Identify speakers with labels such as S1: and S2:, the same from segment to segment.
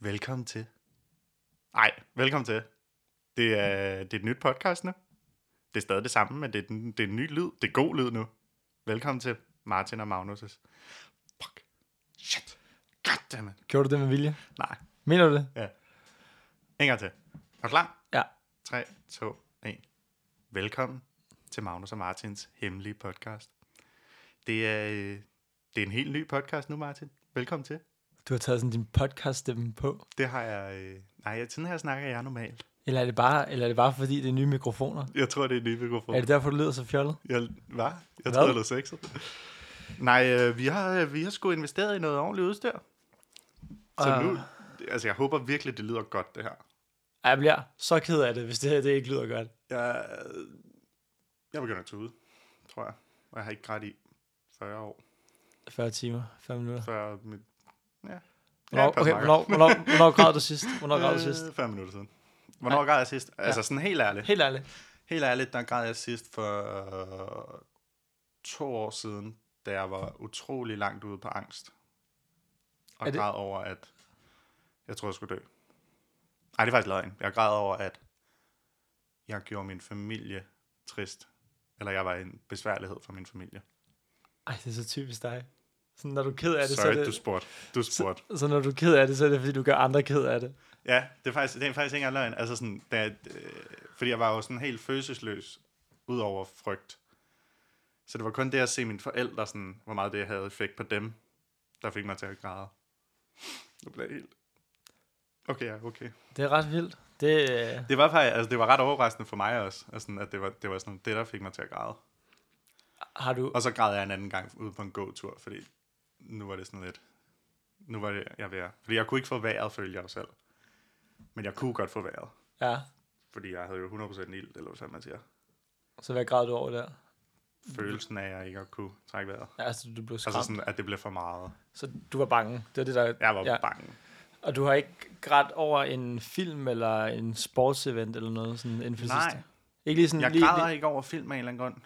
S1: Velkommen til. Nej, velkommen til. Det er, det er et nyt podcast nu. Det er stadig det samme, men det er, den- det er en ny lyd. Det er god lyd nu. Velkommen til Martin og Magnus'. Fuck. Shit. Goddammit.
S2: Gjorde du det med vilje?
S1: Nej,
S2: Mener du det?
S1: en gang til. Er du klar?
S2: Ja.
S1: 3, 2, 1. Velkommen til Magnus og Martins hemmelige podcast. Det er, øh, det er en helt ny podcast nu, Martin. Velkommen til.
S2: Du har taget sådan din podcast-stemme på.
S1: Det har jeg... Øh, nej, sådan her snakker jeg normalt.
S2: Eller er, det bare, eller er det bare fordi, det er nye mikrofoner?
S1: Jeg tror, det er en ny mikrofon.
S2: Er det derfor, du lyder så fjollet?
S1: Jeg, hvad? Jeg
S2: Hvad?
S1: troede, jeg lå sexet. Nej, øh, vi har, øh, vi har sgu investeret i noget ordentligt udstyr. Så
S2: Ah.
S1: nu, altså jeg håber virkelig, det lyder godt det her.
S2: Ej, jeg bliver så ked af det, hvis det her det ikke lyder godt.
S1: Jeg, jeg begynder at tude, tror jeg. Og jeg har ikke grædt i 40 år,
S2: 40 timer, 5 minutter.
S1: før mit... Ja. Ja,
S2: Hvornår,
S1: jeg passer meget
S2: okay, hvornår, hvornår, hvornår græd du sidst? Hvornår græd du
S1: godt.
S2: sidst?
S1: Øh, Fem minutter siden. Hvornår græd jeg sidst? Altså sådan helt ærligt.
S2: Helt ærligt.
S1: Helt ærligt, der græd jeg sidst for øh, to år siden, da jeg var utrolig langt ude på angst. Og
S2: Er det-
S1: græd over, at jeg tror, jeg skulle dø. Nej, det er faktisk løgn. Jeg græd over, at jeg gjorde min familie trist. Eller jeg var en besværlighed for min familie.
S2: Ej, det er så typisk dig. Sådan, når du er ked af
S1: Ja,
S2: det,
S1: Sorry,
S2: så er
S1: du
S2: det...
S1: spurgte. Du spurgte.
S2: Så når du er ked af det, så er det, fordi du gør andre ked af det.
S1: Ja, det er faktisk, det er faktisk ikke engang løgn. Altså sådan, da, jeg- øh, fordi jeg var jo sådan helt følelsesløs, ud over frygt. Så det var kun det at se mine forældre, sådan, hvor meget det havde effekt på dem, der fik mig til at græde. Det blev jeg helt... Okay, ja, okay.
S2: Det er ret vildt. Det, øh,
S1: Det var faktisk, altså, det var ret overraskende for mig også, altså, sådan, at det var, det var sådan, det, der fik mig til at græde.
S2: har du...
S1: Og så græd jeg en anden gang ude på en gåtur, fordi nu var det sådan lidt... Nu var det, jeg ved at- Fordi jeg kunne ikke få vejret, følte jeg jo selv. Men jeg kunne godt få vejret.
S2: Ja,
S1: Fordi jeg havde jo 100% ild, eller hvad man siger.
S2: så hvad græd du over der?
S1: Følelsen af, at jeg ikke kunne trække vejret.
S2: Ja, altså, du blev Mm. skræmt.
S1: Altså sådan, at det blev for meget.
S2: Så du var bange. Det var det, der...
S1: Jeg var ja. bange.
S2: Og du har ikke grædt over en film eller en sportsevent eller noget sådan inden for det
S1: Nej.
S2: sidste? Ikke lige sådan,
S1: Jeg
S2: lige,
S1: græder
S2: lige,
S1: ikke over film af en eller anden grund.
S2: ikke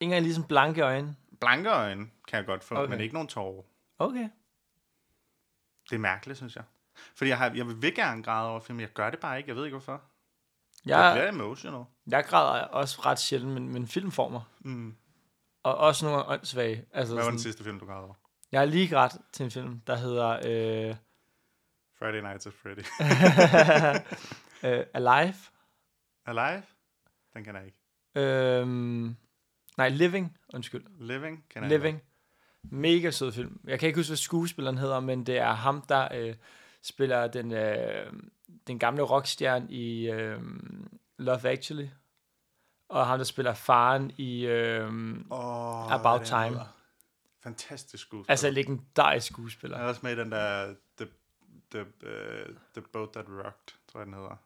S2: engang lige sådan blanke øjne?
S1: Blanke øjne kan jeg godt få, okay.
S2: Okay.
S1: men ikke nogen tårer.
S2: Okay.
S1: Det er mærkeligt, synes jeg. Fordi jeg, har, jeg vil gerne græde over film, men jeg gør det bare ikke. Jeg ved ikke, hvorfor. Ja. Jeg
S2: Jeg,
S1: bliver emotional.
S2: jeg græder også ret sjældent, men, men filmformer.
S1: Mm.
S2: Og også nogle gange åndssvage. Altså,
S1: Hvad var den
S2: sådan,
S1: sidste film, du græd over?
S2: jeg har lige grædt til en film, der hedder øh,
S1: Friday Night at Freddy.
S2: øh, Alive.
S1: Alive? Den kan jeg ikke.
S2: Øhm, nej, Living. Undskyld.
S1: Living? Kan jeg
S2: Living. Mega sød film. Jeg kan ikke huske, hvad skuespilleren hedder, men det er ham, der øh, spiller den, øh, den gamle rockstjerne i øh, Love Actually. Og ham, der spiller faren i... Øh,
S1: Oh,
S2: About Time.
S1: Fantastisk skuespiller.
S2: altså, legendarisk skuespiller.
S1: Han er også med i den der The, the, uh, the Boat That Rocked, tror jeg den hedder.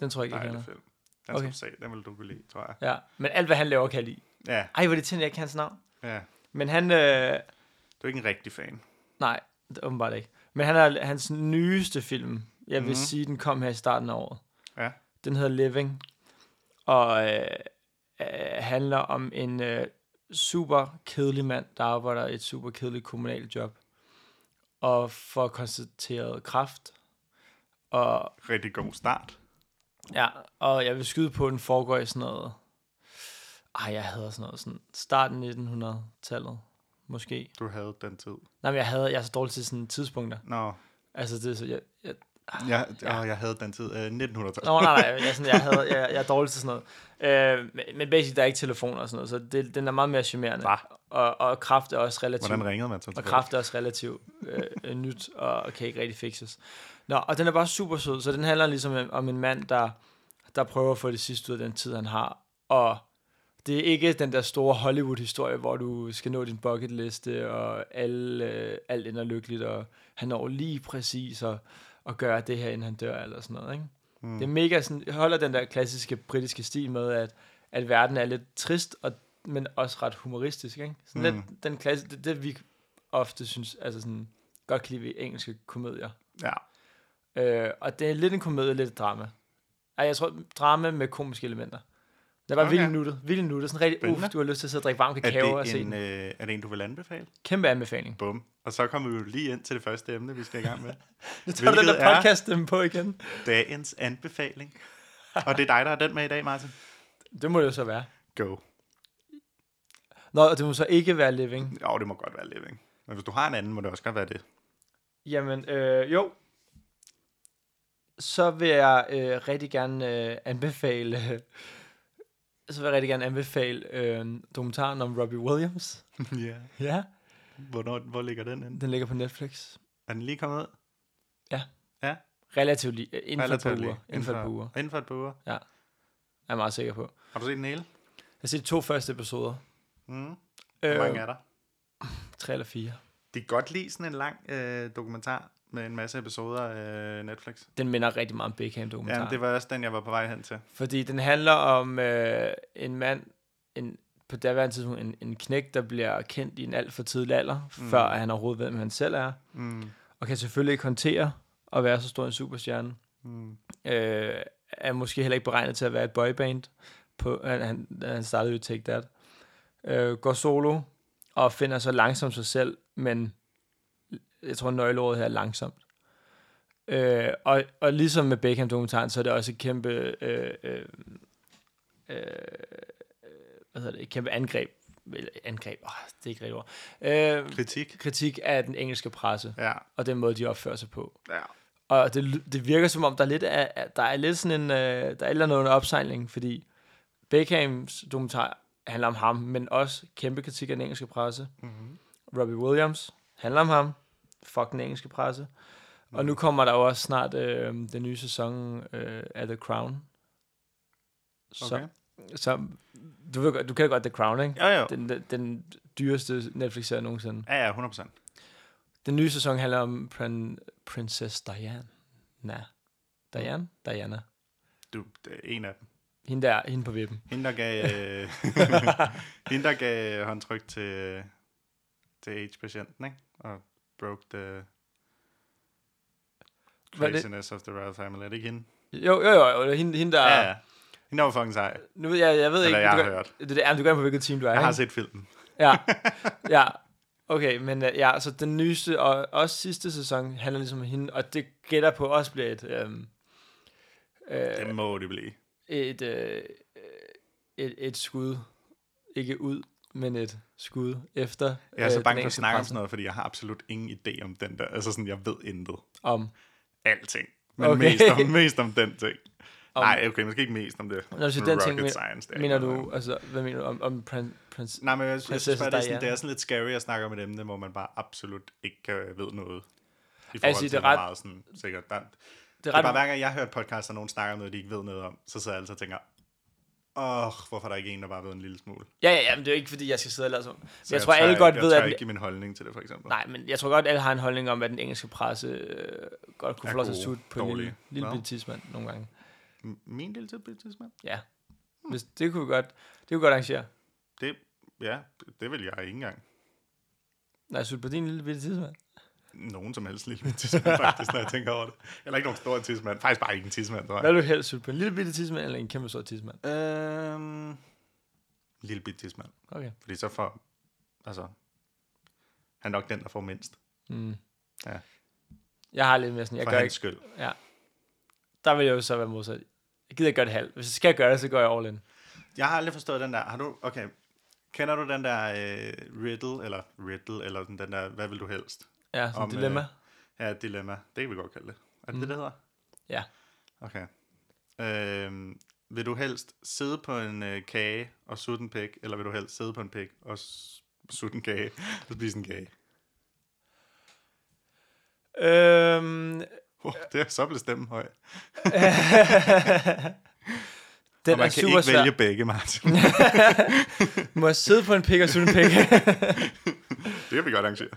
S2: Den tror jeg ikke, jeg
S1: Dejlig
S2: kender.
S1: film. Den okay. skal
S2: Okay.
S1: du se, den vil du kunne lide, tror jeg.
S2: Ja, men alt, hvad han laver, kan jeg lide.
S1: Ja,
S2: Ej, hvor er det tænder jeg ikke hans navn.
S1: ja.
S2: Men han... Øh,
S1: Du er ikke en rigtig fan.
S2: nej, det er åbenbart ikke. Men han er hans nyeste film. Jeg vil
S1: Mhm.
S2: mm-hmm. sige, den kom her i starten af året.
S1: Ja.
S2: Den hedder Living, og øh, øh, handler om en øh, super kedelig mand, der arbejder i et super kedeligt kommunalt job, og får konstateret kraft. Og,
S1: Rigtig god start.
S2: ja, og jeg vil skyde på, at den foregår i sådan noget... Ej, jeg hader sådan noget. Sådan starten af 1900-tallet, måske.
S1: Du havde den tid.
S2: Nej, men jeg, havde, jeg er så dårlig til sådan tidspunkter.
S1: Nå,
S2: Altså, det er så... Jeg, jeg,
S1: jeg, ja. åh, jeg havde den tid. Øh, 1900-tallet.
S2: Ah, Nå, nej, nej, jeg, er sådan, jeg, havde, jeg, jeg er dårlig til sådan noget. Øh, men- men basic, der er ikke telefoner og sådan noget, så det, den er meget mere charmerende.
S1: Hva?
S2: Og, og kraft er også relativt,
S1: Hvordan ringede man så
S2: og
S1: til folk?
S2: kraft er også relativt øh, øh, nyt, og kan ikke rigtig fixes. Nå, og den er bare super sød, så den handler ligesom om- om en mand, der, der prøver at få det sidste ud af den tid, han har. Og det er ikke den der store Hollywood-historie, hvor du skal nå din bucket liste, og alle, øh, alt ender lykkeligt, og han når lige præcis at, at gøre det her, inden han dør, eller sådan noget, ikke? Mm. Det er mega sådan, jeg holder den der klassiske britiske stil med, at, at verden er lidt trist, og, men også ret humoristisk, ikke? Sådan
S1: Mm.
S2: mm. lidt, den klasse, det, det, vi ofte synes, altså sådan, godt kan lide ved engelske komedier.
S1: Ja.
S2: Øh, og det er lidt en komedie, lidt et drama. Ej, jeg tror, drama med komiske elementer. Den var okay.
S1: Okay.
S2: vildt nuttet. Vildt nuttet. Sådan rigtig, uff,
S1: Spændende.
S2: du har lyst til at sidde og drikke varm
S1: Er
S2: kakao og
S1: det,
S2: se
S1: en,
S2: den.
S1: øh, er det en, du vil anbefale?
S2: Kæmpe anbefaling.
S1: Bum. Og så kommer vi jo lige ind til det første emne, vi skal i gang med.
S2: Nu tager du den
S1: Hvilket
S2: der
S1: er-
S2: podcast dem på igen.
S1: Dagens anbefaling. Og det er dig, der har den med i dag, Martin.
S2: Det må det jo så være.
S1: Go.
S2: Nå, og det må så ikke være living.
S1: Jo, det må godt være living. Men hvis du har en anden, må det også godt være det.
S2: Jamen, øh, jo. Så vil jeg øh, rigtig gerne øh, anbefale... Øh, så vil jeg rigtig gerne anbefale øh, dokumentaren om Robbie Williams.
S1: ja.
S2: Ja,
S1: Hvornår, hvor ligger den henne?
S2: den ligger på Netflix.
S1: Er den lige kommet ud?
S2: Relativt lige, øh, inden for et par
S1: Relativt
S2: uger.
S1: lige.
S2: Inden for et par uger,
S1: Inden for et par uger.
S2: er jeg meget sikker på.
S1: Har du set den hele?
S2: Jeg har set de to første episoder.
S1: Mm.
S2: Øh.
S1: Hvor mange er der?
S2: Tre eller fire.
S1: De kan godt lide sådan en lang øh, dokumentar med en masse episoder af øh, Netflix.
S2: Den minder rigtig meget om
S1: Ja,
S2: Beckham-dokumentaren.
S1: men det var også den, jeg var på vej hen til.
S2: Fordi den handler om øh, en mand, en, på daværende tidspunkt, en, en knæk, der bliver kendt i en alt for tidlig alder, mm.
S1: Mm.
S2: før han overhovedet ved, hvem han selv er,
S1: Mm.
S2: og kan selvfølgelig ikke håndtere at være så stor en superstjerne.
S1: Mm.
S2: Øh, er måske heller ikke beregnet til at være et boyband. På, han, han, han startede jo Take That. Øh, går solo, og finder så langsomt sig selv, men jeg tror, nøgleordet her er langsomt. Øh, og, og ligesom med Beckham-dokumentaren, så er det også et kæmpe, øh, øh, øh, hvad hedder det, et kæmpe angreb, Eller angreb, åh, det er ikke rigtigt ord, øh,
S1: Kritik?
S2: kritik af den engelske presse,
S1: Ja.
S2: og den måde, de opfører sig på.
S1: ja.
S2: Og det, ly- det virker som om, der er lidt, af, af- der er lidt sådan en, øh, der er et eller andet under opsejling, fordi Beckhams dokumentar handler om ham, men også kæmpe kritik af den engelske presse.
S1: Mm-hmm.
S2: Robbie Williams handler om ham. Fuck den engelske presse. Og nu kommer der jo også snart øh, den nye sæson øh, af The Crown. Så,
S1: Okay.
S2: så du, ved, godt- du kender godt The Crown, ikke?
S1: Jo, jo.
S2: Den, den, den dyreste Netflix-serie nogensinde.
S1: Ja, ja, 100 procent.
S2: Den nye sæson handler om prin, Princess Diana. Diana?
S1: Mm.
S2: Diana.
S1: Du det er en af dem.
S2: Hende der, hende på vippen.
S1: Hende, der gav, øh, hende, der gav håndtryk til, til AIDS-patienten, ikke? Og broke the
S2: Var det-
S1: craziness of the royal family. Er det ikke hende?
S2: Jo, jo, jo, jo det er hende, hende der...
S1: Ja, ja. Hende der var fucking sej.
S2: Nu ved jeg, jeg ved
S1: Eller
S2: ikke...
S1: jeg
S2: du
S1: har
S2: gør-
S1: hørt.
S2: Det, det, ja, men du gør på, hvilket team du er,
S1: Jeg har
S2: ikke?
S1: set filmen.
S2: Ja, ja. Okay, men øh, ja, så den nyeste og også sidste sæson handler ligesom om hende, og det gætter på også bliver et... Øhm, øh,
S1: Det må det blive.
S2: et, øh, et, et skud, ikke ud, men et skud efter
S1: Jeg er
S2: øh,
S1: så bange
S2: den
S1: for at
S2: engelske
S1: snakke om
S2: presse
S1: sådan noget, fordi jeg har absolut ingen idé om den der. Altså sådan, jeg ved intet.
S2: om.
S1: Alting. Men
S2: Okay.
S1: okay. mest, om, mest om den ting.
S2: Om-
S1: Om... Nej, okay, måske ikke mest om det.
S2: Når du siger
S1: Med
S2: den
S1: rocket
S2: ting, men-
S1: science, det er
S2: Mener
S1: ikke noget.
S2: du, altså, hvad mener du om, om prins, prins,
S1: Nej, men jeg, jeg synes
S2: Prinsesse
S1: bare, det er, sådan,
S2: Diana?
S1: det er sådan lidt scary at snakke om et emne, hvor man bare absolut ikke kan ved noget. I forhold
S2: Altså,
S1: altså,
S2: det
S1: til,
S2: er
S1: det
S2: ret-
S1: ret... meget sådan, sikkert. Der, det,
S2: det
S1: er
S2: er
S1: bare
S2: ret,
S1: hver gang, jeg hører et podcast, og nogen snakker om noget, de ikke ved noget om, så sidder jeg altid og tænker, åh, oh, hvorfor er der ikke en, der bare ved en lille smule?
S2: ja, ja, ja, men det er jo ikke, fordi jeg skal sidde og lade som, men
S1: Så
S2: jeg tror, alle
S1: ikke-
S2: godt
S1: jeg
S2: ved,
S1: tør
S2: at,
S1: ikke give min holdning til det, for eksempel.
S2: Nej, men jeg tror godt, alle har en holdning om, at den engelske presse øh, godt kunne
S1: Er
S2: få lov til at
S1: gode,
S2: sutte på en lille,
S1: dårlige.
S2: lille
S1: Nå.
S2: bitte tidsmand nogle gange.
S1: M- Min lille tilbygtidsmand?
S2: Ja. Hvis, det kunne vi godt, det kunne vi godt arrangere.
S1: Det, ja, det vil jeg ikke engang.
S2: Nej, sutte på din lille bitte tidsmand.
S1: Nogen som helst lille tidsmand, faktisk, når jeg tænker over det. Eller ikke nogen stor tidsmand. Faktisk bare ikke en tidsmand, tror jeg.
S2: Hvad vil du helst sutte på? En lille bitte tidsmand eller en kæmpe stor tidsmand?
S1: Øhm, lille bit tidsmand.
S2: Okay.
S1: Fordi så får... Altså... Han er nok den, der får mindst.
S2: Mm.
S1: Ja.
S2: Jeg har lidt mere sådan, jeg
S1: for
S2: gør
S1: hans
S2: ikke.
S1: skyld.
S2: Der vil jeg jo så være modsat. Jeg gider ikke gøre det halvt. Hvis jeg skal gøre det, så går jeg all in.
S1: Jeg har aldrig forstået den der... Har du... Okay. Kender du den der øh, riddle, eller riddle, eller sådan den der, hvad vil du helst?
S2: Ja, sådan
S1: Om,
S2: et dilemma.
S1: øh, Ja, et dilemma. Det kan vi godt kalde det. Er det
S2: Mm.
S1: det, det hedder?
S2: Ja.
S1: Okay. Øhm, vil du helst sidde på en øh, kage og sutte en pæk, eller vil du helst sidde på en pæk og s- sutte en kage og spise en kage?
S2: Øhm,
S1: Oh, det er så blevet stemmen høj. og
S2: den
S1: man kan
S2: er super
S1: ikke
S2: svær.
S1: vælge begge, Martin.
S2: Må jeg sidde på en pik og sutte en pik?
S1: det kan vi godt arrangere.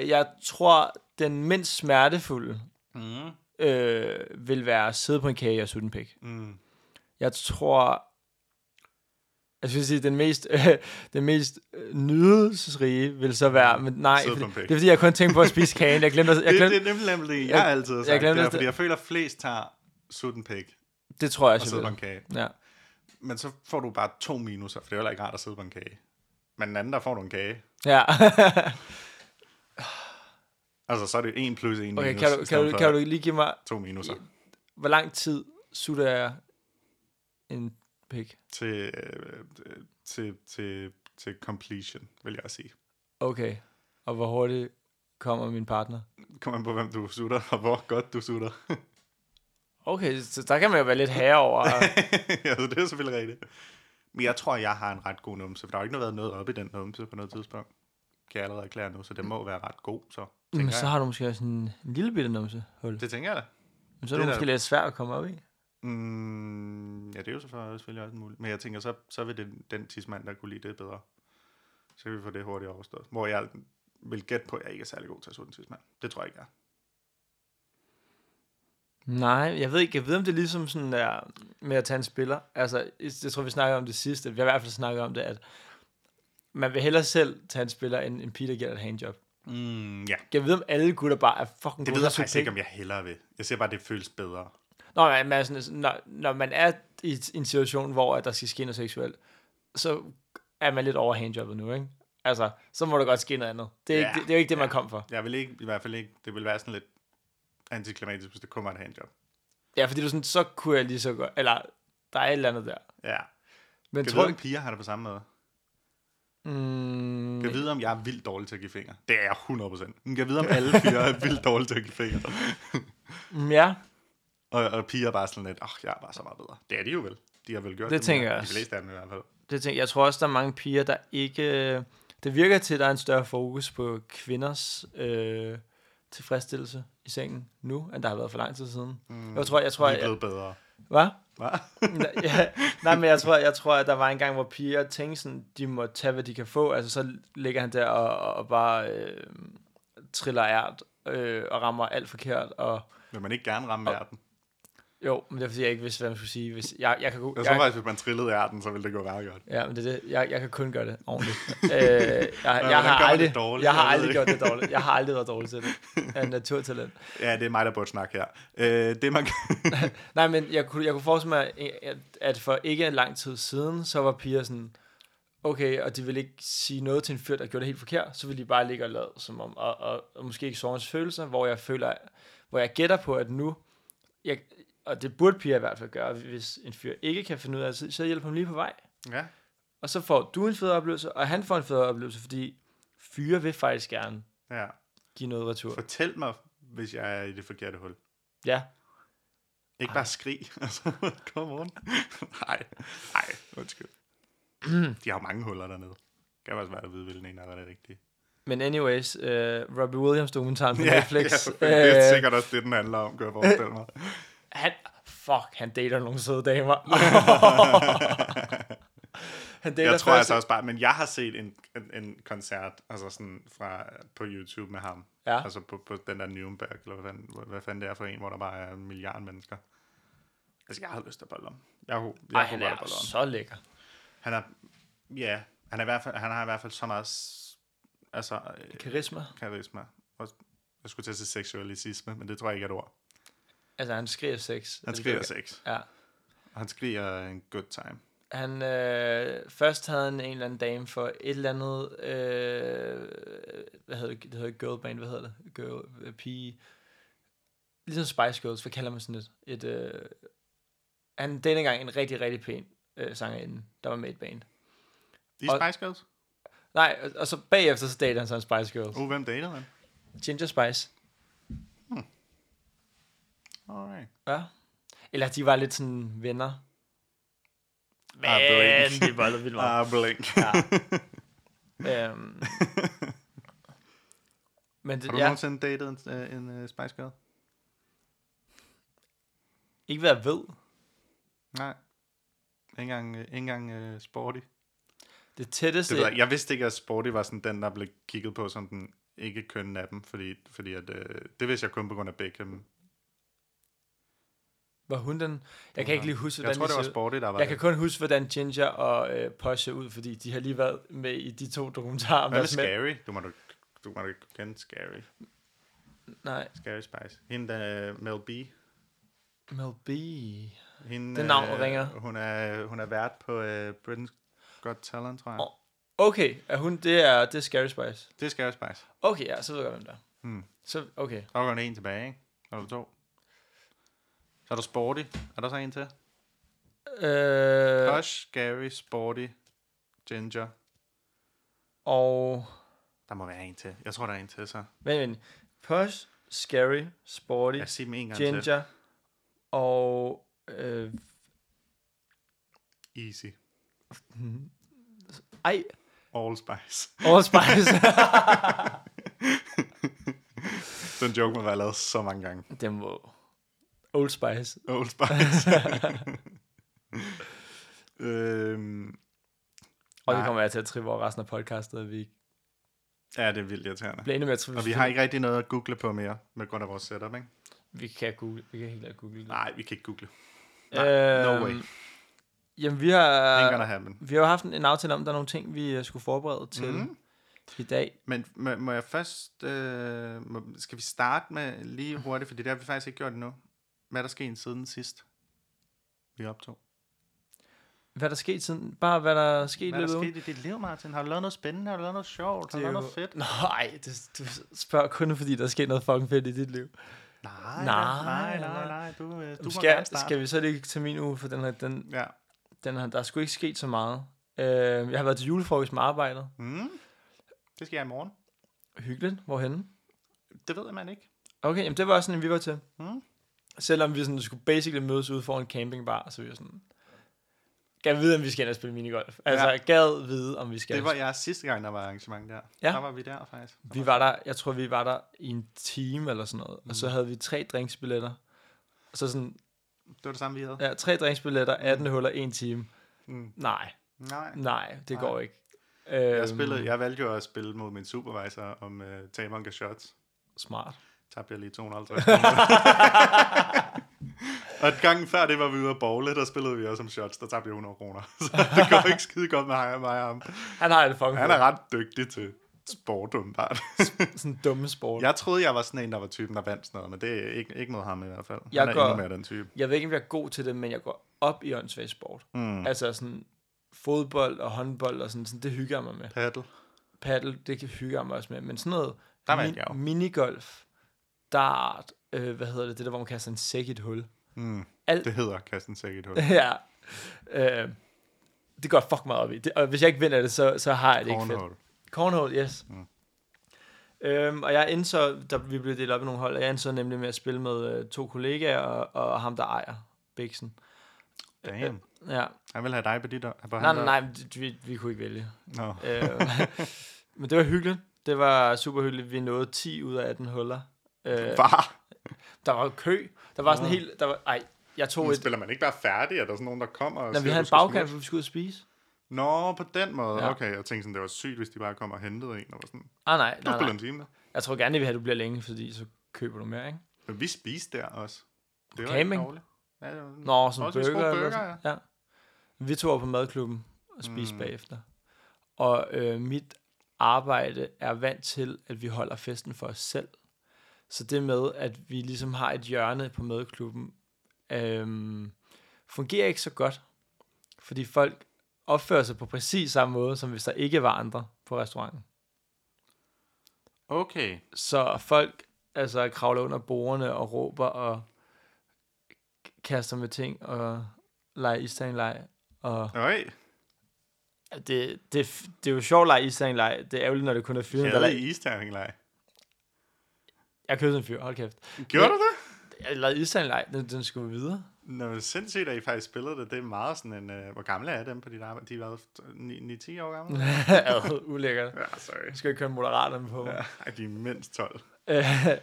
S2: Øh, jeg tror, den mindst smertefulde
S1: Mm.
S2: øh, vil være at sidde på en kage og sutte en pik.
S1: Mm.
S2: Jeg tror, jeg skulle sige, den mest, øh, den mest øh, nydelsesrige vil så være, men nej,
S1: Mm. Sidde på
S2: fordi,
S1: en pik.
S2: det er fordi, jeg kun tænkte på at spise kagen. Jeg glemte, at- jeg
S1: det,
S2: glemte,
S1: det, det er nemlig nemlig det, jeg,
S2: jeg-
S1: altid har
S2: jeg
S1: sagt.
S2: glemte
S1: det er,
S2: at-
S1: fordi jeg føler, at flest tager sutten pæk
S2: det tror
S1: og
S2: jeg også,
S1: sidder på
S2: jeg
S1: en
S2: vil.
S1: kage.
S2: Ja.
S1: men så får du bare to minuser, for det er jo heller ikke rart at sidde på en kage. Men den anden, der får du en kage.
S2: Ja.
S1: Altså, så er det en plus en
S2: okay,
S1: minus,
S2: kan du,
S1: i
S2: kan,
S1: stedet
S2: du,
S1: for
S2: kan du lige give mig,
S1: to minuser
S2: hvor lang tid sutter jeg en pik?
S1: til, øh, øh, til, til, til completion, vil jeg sige.
S2: Okay. Og hvor hurtigt kommer min partner?
S1: Kommer an på, hvem du sutter, og hvor godt du sutter.
S2: Okay, så der kan man jo være lidt herre over.
S1: altså, det er selvfølgelig rigtigt. Men jeg tror, jeg har en ret god numse, for der har ikke været noget op i den numse på noget tidspunkt. Kan jeg allerede erklære nu, så det må være ret god, så
S2: Men
S1: tænker
S2: så
S1: jeg.
S2: har du måske også en lille bitte numse hul.
S1: Det tænker jeg da.
S2: Men så er det
S1: det er
S2: måske
S1: da-
S2: lidt svært at komme op i.
S1: Mm, ja, det er jo selvfølgelig selvfølgelig også muligt. Men jeg tænker, så, så vil det, den tidsmand, der kunne lide det bedre. Så kan vi få det hurtigt overstået. Hvor jeg vil gætte på, at jeg ikke er særlig god til at sutte en tidsmand. Det tror jeg ikke, jeg er.
S2: Nej, jeg ved ikke, jeg ved om det er ligesom sådan der med at tage en spiller. Altså, jeg tror, vi snakker om det sidste. Vi har i hvert fald snakket om det, at man vil hellere selv tage en spiller, end en pige, der giver dig et handjob.
S1: Mm, ja.
S2: Jeg ved, om alle gutter bare er fucking
S1: Det
S2: gode
S1: ved jeg
S2: til at
S1: faktisk
S2: sutte
S1: ikke, om jeg hellere vil. Jeg siger bare, at det føles bedre.
S2: Nå, men man er sådan, når, når man er i et- en situation, hvor at der skal ske noget seksuelt, så er man lidt over handjobbet nu, ikke? Altså, så må der godt ske noget andet. Det er, ja,
S1: Ja,
S2: ikke, det, det er jo ikke det, man
S1: ja.
S2: kom for.
S1: Jeg vil ikke, i hvert fald ikke, det vil være sådan lidt antiklimatisk, hvis det kun var en handjob.
S2: Ja, fordi du er sådan, så kunne jeg lige så godt, eller der er et eller andet der.
S1: Ja.
S2: Men
S1: Jeg
S2: tror
S1: tror,
S2: du
S1: om
S2: ikke...
S1: piger har det på samme måde.
S2: Mm,
S1: Jeg ved, om jeg er vildt dårlig til at give fingre. Det er jeg 100%. Men Jeg ved, om alle piger er vildt dårlige til at give fingre.
S2: mm, ja,
S1: Og, og piger er bare sådan lidt, åh, jeg er bare så meget bedre. Det er de jo vel. De har vel gjort
S2: Det tænker
S1: mere.
S2: jeg
S1: De
S2: også.
S1: fleste af dem i hvert fald.
S2: det tænker jeg. Jeg tror også, der er mange piger, der ikke... øh, Det virker til, at der er en større fokus på kvinders øh, tilfredsstillelse i sengen nu, end der har været for lang tid siden. Mm, jeg tror, jeg tror...
S1: De er
S2: Jeg,
S1: blevet bedre.
S2: hvad?
S1: Hva?
S2: Nej, ja, nej, men jeg tror, jeg tror, at der var en gang, hvor piger tænkte sådan, de må tage, hvad de kan få. Altså, så ligger han der og, og bare øh, triller ært øh, og rammer alt forkert. Og,
S1: Vil man ikke gerne ramme verden?
S2: jo, men det er fordi, jeg ikke vidste, hvad man skulle sige. Hvis, jeg, jeg kan, gu-
S1: Jeg tror
S2: jeg,
S1: faktisk, hvis man trillede verden, så ville det gå meget godt.
S2: ja, men det er det. Jeg, jeg kan kun gøre det ordentligt. øh, jeg, jeg,
S1: gør
S2: har
S1: man
S2: aldrig,
S1: det dårligt?
S2: jeg har
S1: Jeg ved
S2: aldrig
S1: ikke.
S2: gjort det dårligt. Jeg har aldrig været dårlig til det. Jeg er en naturtalent.
S1: Ja, det er mig, der burde snakke her. Øh, det man
S2: Nej, men jeg kunne, jeg kunne forestille mig, at, at for ikke en lang tid siden, så var piger sådan, okay, og de ville ikke sige noget til en fyr, der gjorde det helt forkert, så ville de bare ligge og lade som om, og, og, og måske ikke sove hans følelser, hvor jeg føler, hvor jeg gætter på, at nu, jeg, og det burde piger i hvert fald gøre, hvis en fyr ikke kan finde ud af det, så hjælper ham lige på vej.
S1: Ja.
S2: Og så får du en federe oplevelse, og han får en federe oplevelse, fordi fyre vil faktisk gerne
S1: ja.
S2: give noget retur.
S1: Fortæl mig, hvis jeg er i det forkerte hul.
S2: Ja.
S1: Ikke bare skrig, og så kom on. Nej, nej, undskyld. De har jo mange huller dernede. Det kan også være at vide, hvilken en af dem er det rigtige.
S2: Men anyways, uh, Robbie Williams dokumentaren på Netflix.
S1: ja, det er
S2: øh,
S1: sikkert også det, den handler om, kan jeg forestille mig.
S2: Han, fuck, han dater nogle søde damer. han dater
S1: Jeg tror altså
S2: først-
S1: også bare, men jeg har set en, en, en koncert, altså sådan fra, på YouTube med ham.
S2: Ja.
S1: Altså på, på den der Nürnberg, eller hvad fanden, hvad fanden det er for en, hvor der bare er en milliard mennesker. Altså, jeg har lyst til at bolle om. Jeg, kunne- jeg kunne
S2: Ej, han
S1: godt
S2: er
S1: bolle om.
S2: så lækker.
S1: Han er, ja, han, er i hvert fald, han har i hvert fald så meget s- altså, øh,
S2: Karisma.
S1: karisma. Og- Jeg skulle til at sige seksualisme, men det tror jeg ikke er et ord.
S2: Altså, han skriger sex.
S1: Han
S2: Det
S1: skriger
S2: virker-
S1: sex.
S2: Ja.
S1: Og han skriger en good time.
S2: Han, øh, først havde han en eller anden dame for et eller andet, øh, hvad hedder det, det hedder ikke girlband, hvad hedder det, girl, øh, pige, ligesom Spice Girls, hvad kalder man sådan et, et øh, han denne gang en rigtig, rigtig pæn øh, sangerinde, der var med i et band.
S1: De
S2: Og-
S1: er Spice Girls.
S2: Nej, og, og så bagefter, så datede han så en Spice Girls.
S1: Uh, hvem dater han?
S2: Ginger Spice.
S1: Alright.
S2: Ja. Eller de var lidt sådan venner. Men
S1: Ah, blink.
S2: de var lidt vildt meget.
S1: Ah, blink.
S2: Øhm. Men
S1: Har
S2: det,
S1: du
S2: ja,
S1: nogensinde datet en, øh, en øh, Spice Girl?
S2: ikke hvad jeg ved.
S1: Nej. Ikke engang, øh, ikke engang øh, Sporty.
S2: Altså, Det tætteste...
S1: Det ved jeg. jeg vidste ikke, at Sporty var sådan den, der blev kigget på som den ikke køn af dem, fordi, fordi at, øh, det vidste jeg kun på grund af Beckham.
S2: Var hun den... Jeg kan ikke lige huske, hvordan
S1: Jeg tror,
S2: de
S1: det var
S2: ser ud.
S1: Sporty, der var
S2: Jeg
S1: det.
S2: kan kun huske, hvordan Ginger og øh, Posh ser ud, fordi de har lige været med i de to dokumentarer. om
S1: Hvad med
S2: deres mænd.
S1: Scary? Du må da du må da kende Scary.
S2: Nej,
S1: øh, Scary Spice. Hende der Mel B.
S2: Mel B.
S1: Hende,
S2: Det navn
S1: øh,
S2: ringer.
S1: Hun er, hun er vært på øh, Britain's Got Talent, tror jeg.
S2: Åh. Okay, er hun, det er, det er Scary Spice.
S1: Det er Scary Spice.
S2: Okay, ja, så ved jeg godt, hvem der
S1: Hmm.
S2: Så, okay.
S1: Der er kun en tilbage, ikke? Eller to. Så er der Sporty. Er der så en til?
S2: Øh,
S1: Hush, Scary, Sporty, Ginger.
S2: og,
S1: Der må være en til. Jeg tror, der er en til, så.
S2: vent, vent. Posh, Scary, Sporty,
S1: Jeg siger dem en gang til.
S2: Ginger, og, øh,
S1: Easy.
S2: ej,
S1: All Spice.
S2: All Spice.
S1: Den joke må være lavet så mange gange.
S2: Den må... Old Spice.
S1: Old Spice. øhm,
S2: Og det
S1: Nej.
S2: kommer jeg til at trive over resten af podcastet, at vi ikke
S1: ja, det er vildt irriterende.
S2: bliver endnu mere trivielt.
S1: Og vi har ikke rigtig noget at google på mere, med grund af vores setup, ikke?
S2: Vi kan google. Vi kan helt klart google det. Øhm,
S1: Nej, vi kan ikke google.
S2: Øh.
S1: nej, no way.
S2: Jamen, vi
S1: Ain't
S2: har...
S1: gonna happen.
S2: Vi har jo haft en, en aftale om, at der er nogle ting, vi øh, skulle forberede til
S1: Mhm.
S2: mm. i dag.
S1: Men må, må jeg først... Øh, må, skal vi starte med lige hurtigt, for det har vi faktisk ikke gjort endnu. Hvad er der sket siden sidst, vi optog?
S2: Hvad der er sket siden... Bare hvad der er sket
S1: Hvad er der
S2: i løbet af ugen.
S1: sket i dit liv, Martin? Har du lavet noget spændende? Har du lavet noget sjovt? Har du
S2: Det er
S1: lavet
S2: jo-
S1: noget fedt?
S2: Nej, det, du spørger kun, fordi der er sket noget fucking fedt i dit liv.
S1: Nej,
S2: Nej,
S1: nej, nej,
S2: nej.
S1: nej. Du, øh, du
S2: Du
S1: skal, må gerne
S2: skal,
S1: starte.
S2: skal vi så lige til min uge, for den her, den,
S1: Ja.
S2: den her, der er sgu ikke sket så meget. Øh, jeg har været til julefrokost med arbejdet.
S1: Mm. Det skal jeg i morgen.
S2: Hyggeligt. Hvorhenne?
S1: Det ved man ikke.
S2: Okay, jamen det var også sådan, en, vi var til.
S1: Mm.
S2: Mm. Selvom vi sådan skulle basically mødes ude foran en campingbar, så vi var sådan... Gad vide, om vi skal ind og spille minigolf. Altså,
S1: Ja.
S2: ja. gad vide, om vi skal.
S1: Det var jeg sidste gang, der var arrangement der.
S2: Ja.
S1: Der var vi der, faktisk.
S2: Vi var der, jeg tror, vi var der i en time eller sådan noget. Mm.
S1: Hmm.
S2: Og så havde vi tre drinksbilletter. Så sådan,
S1: Det var det samme, vi havde.
S2: ja, tre drinksbilletter, 18 huller, en time.
S1: Mm.
S2: Nej,
S1: Nej.
S2: nej, det
S1: Nej.
S2: går ikke. Øhm,
S1: Jeg, spillede, jeg valgte jo at spille mod min supervisor om uh, Tamon Shots.
S2: Øhm, Smart.
S1: Tabte jeg lige 250 kroner. Og et gang før det var vi ude at bowle, der spillede vi også om shots, der tabte jeg 100 kroner. Så det går ikke skide godt med ham og mig og ham.
S2: Han har det fucking
S1: Han er ret dygtig til sport, åbenbart.
S2: fedt. sådan en dumme sport. Ja.
S1: Jeg troede, jeg var sådan en, der var typen, der vandt sådan noget, men det er ikke, ikke mod ham i hvert fald.
S2: Jeg
S1: han er
S2: går-
S1: endnu mere den type.
S2: Jeg ved ikke, om jeg er god til det, men jeg går op i åndssvagt sport.
S1: Mm.
S2: Altså sådan fodbold og håndbold og sådan, sådan det hygger jeg mig med.
S1: Paddle.
S2: Paddle, det kan- hygger jeg mig også med. Men sådan noget
S1: Der vandt jeg jo.
S2: minigolf, dart, øh, hvad hedder det, det der, hvor man kaster en sæk i et hul.
S1: Mm.
S2: Alt-
S1: Det hedder Kasten Sækket Hul.
S2: ja. Øh, det går jeg fucking meget op i. Det, og hvis jeg ikke vinder det, så, så har jeg det ikke fedt.
S1: Cornhole.
S2: Cornhole, yes.
S1: Mm.
S2: Mm. Øhm, og jeg endte så, der vi blev delt op i nogle hold, og jeg endte så nemlig med at spille med øh, to kollegaer og, og ham, der ejer Bixen.
S1: Damn.
S2: Ja.
S1: Han vil have dig på dit... På
S2: Nej, nej, nej, men vi, vi kunne ikke vælge.
S1: No.
S2: Øh, men det var hyggeligt. Det var super hyggeligt. Vi nåede 10 ud af 18 huller. Øh,
S1: Far,
S2: der var kø. Der var sådan
S1: Nå.
S2: helt... Der var, ej, jeg tog
S1: men
S2: et...
S1: spiller man ikke bare færdig? Er der sådan nogen, der kommer og
S2: Når vi
S1: siger,
S2: havde
S1: du
S2: en
S1: skal
S2: bagkamp,
S1: slutte?
S2: hvor vi skulle ud og spise.
S1: Nå, på den måde.
S2: Ja.
S1: Okay, jeg tænkte sådan, det var sygt, hvis de bare kom og hentede en. Og var sådan,
S2: Ah, nej,
S1: du spiller
S2: nej, nej.
S1: en time der.
S2: Jeg tror gerne, vi vil have, at du bliver længe, fordi så køber du mere, ikke?
S1: Men vi spiste der også. Det var
S2: Camping?
S1: ikke dårligt. Ja, det var
S2: Nå,
S1: Også
S2: som
S1: en
S2: burger.
S1: stor
S2: eller
S1: burger,
S2: sådan. ja. Vi tog over på madklubben og spiste mm. bagefter. Og øh, mit arbejde er vant til, at vi holder festen for os selv. Så det med, at vi ligesom har et hjørne på madklubben, øhm, fungerer ikke så godt. Fordi folk opfører sig på præcis samme måde, som hvis der ikke var andre på restauranten.
S1: Okay.
S2: Så folk altså kravler under bordene og råber og k- kaster med ting og leger istandleg og
S1: Øj,
S2: det, det, f- det er jo sjovt at lege isterninglej. Det er ærgerligt, når det kun er fyren, der
S1: jeg
S2: leger.
S1: i isterninglej.
S2: Jeg købte en fyr, hold kæft.
S1: Gjorde
S2: Ja.
S1: du det?
S2: Jeg lavede isterninglej, den, den skulle videre.
S1: Nå, men sindssygt, at I faktisk spillede det. Det er meget sådan en... Øh, hvor gamle er dem på dit arbejde? De har været 9-10 år gamle?
S2: Ad, Ulækkert.
S1: ja, sorry.
S2: Jeg skal ikke køre moderaterne på mig.
S1: Ja, ej, de er mindst 12.
S2: Ja.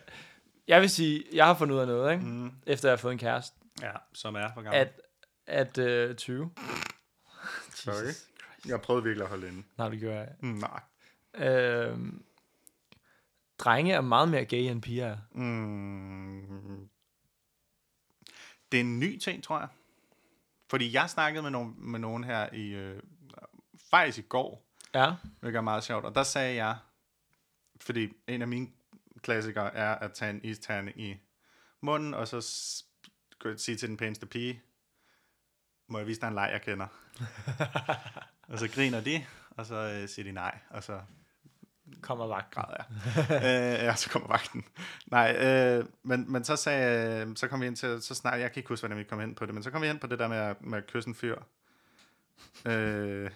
S2: jeg vil sige, jeg har fundet ud af noget, ikke?
S1: Mm.
S2: Efter jeg har fået en kæreste.
S1: Ja, som er for gammel.
S2: At, at øh, 20. Jesus.
S1: Sorry. Jeg prøvede virkelig at holde inde. Mm,
S2: Nej, det gjorde jeg.
S1: Nej.
S2: Øhm, drenge er meget mere gay end piger er.
S1: Mm. Det er en ny ting, tror jeg. Fordi jeg snakkede med nogen, med nogen her i... Øh, faktisk i går,
S2: Ja.
S1: hvilket er meget sjovt. Og der sagde jeg... Fordi en af mine klassikere er at tage en isterning i munden, og så s- kunne sige til den pæneste pige, må jeg vise dig en leg, jeg kender? og så griner de, og så øh, siger de nej, og så
S2: Kommer vagt.
S1: græder jeg. øh, ja, så kommer vagten. Nej, øh, men, men så, sagde, øh, så kom vi ind til, så snart, jeg kan ikke huske, hvordan vi kom ind på det, men så kom vi ind på det der med, at- med at kysse en fyr. Øh,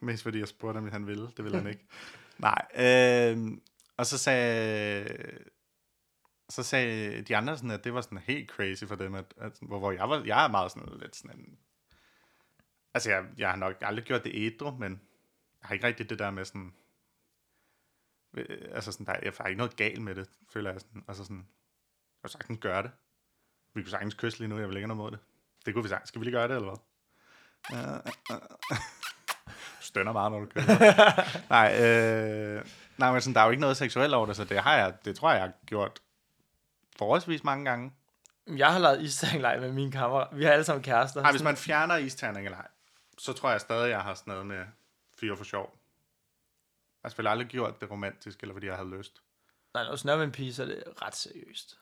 S1: mest fordi jeg spurgte, om han ville. Det ville han ikke. Nej, øh, og så sagde, så sagde de andre sådan, at det var sådan helt crazy for dem, at, at hvor, hvor jeg, var, jeg er meget sådan lidt sådan en, altså jeg, jeg har nok aldrig gjort det ædru, men jeg har ikke rigtig det der med sådan, Øh, altså sådan, der, er- der er ikke noget galt med det, føler jeg sådan. Altså sådan, jeg kunne sagtens gøre det. Vi kunne sagtens kysse lige nu, jeg vil ikke have noget mod det. Det kunne vi sagtens. Skal vi lige gøre det, eller hvad? Øh, øh, øh. Du stønner meget, når du kører. nej, øh, nej, men sådan, der er jo ikke noget seksuelt over det, så det har jeg, det tror jeg, jeg har gjort forholdsvis mange gange.
S2: Jeg har lavet istangleg med mine kammerater. Vi har alle sammen kærester.
S1: Nej, hvis man fjerner isterning eller ej, så tror jeg stadig, jeg har sådan noget med fyre for sjov. Jeg har selvfølgelig aldrig gjort det romantisk, eller fordi jeg havde lyst.
S2: Nej, når du snakker med en pige, så er det ret seriøst.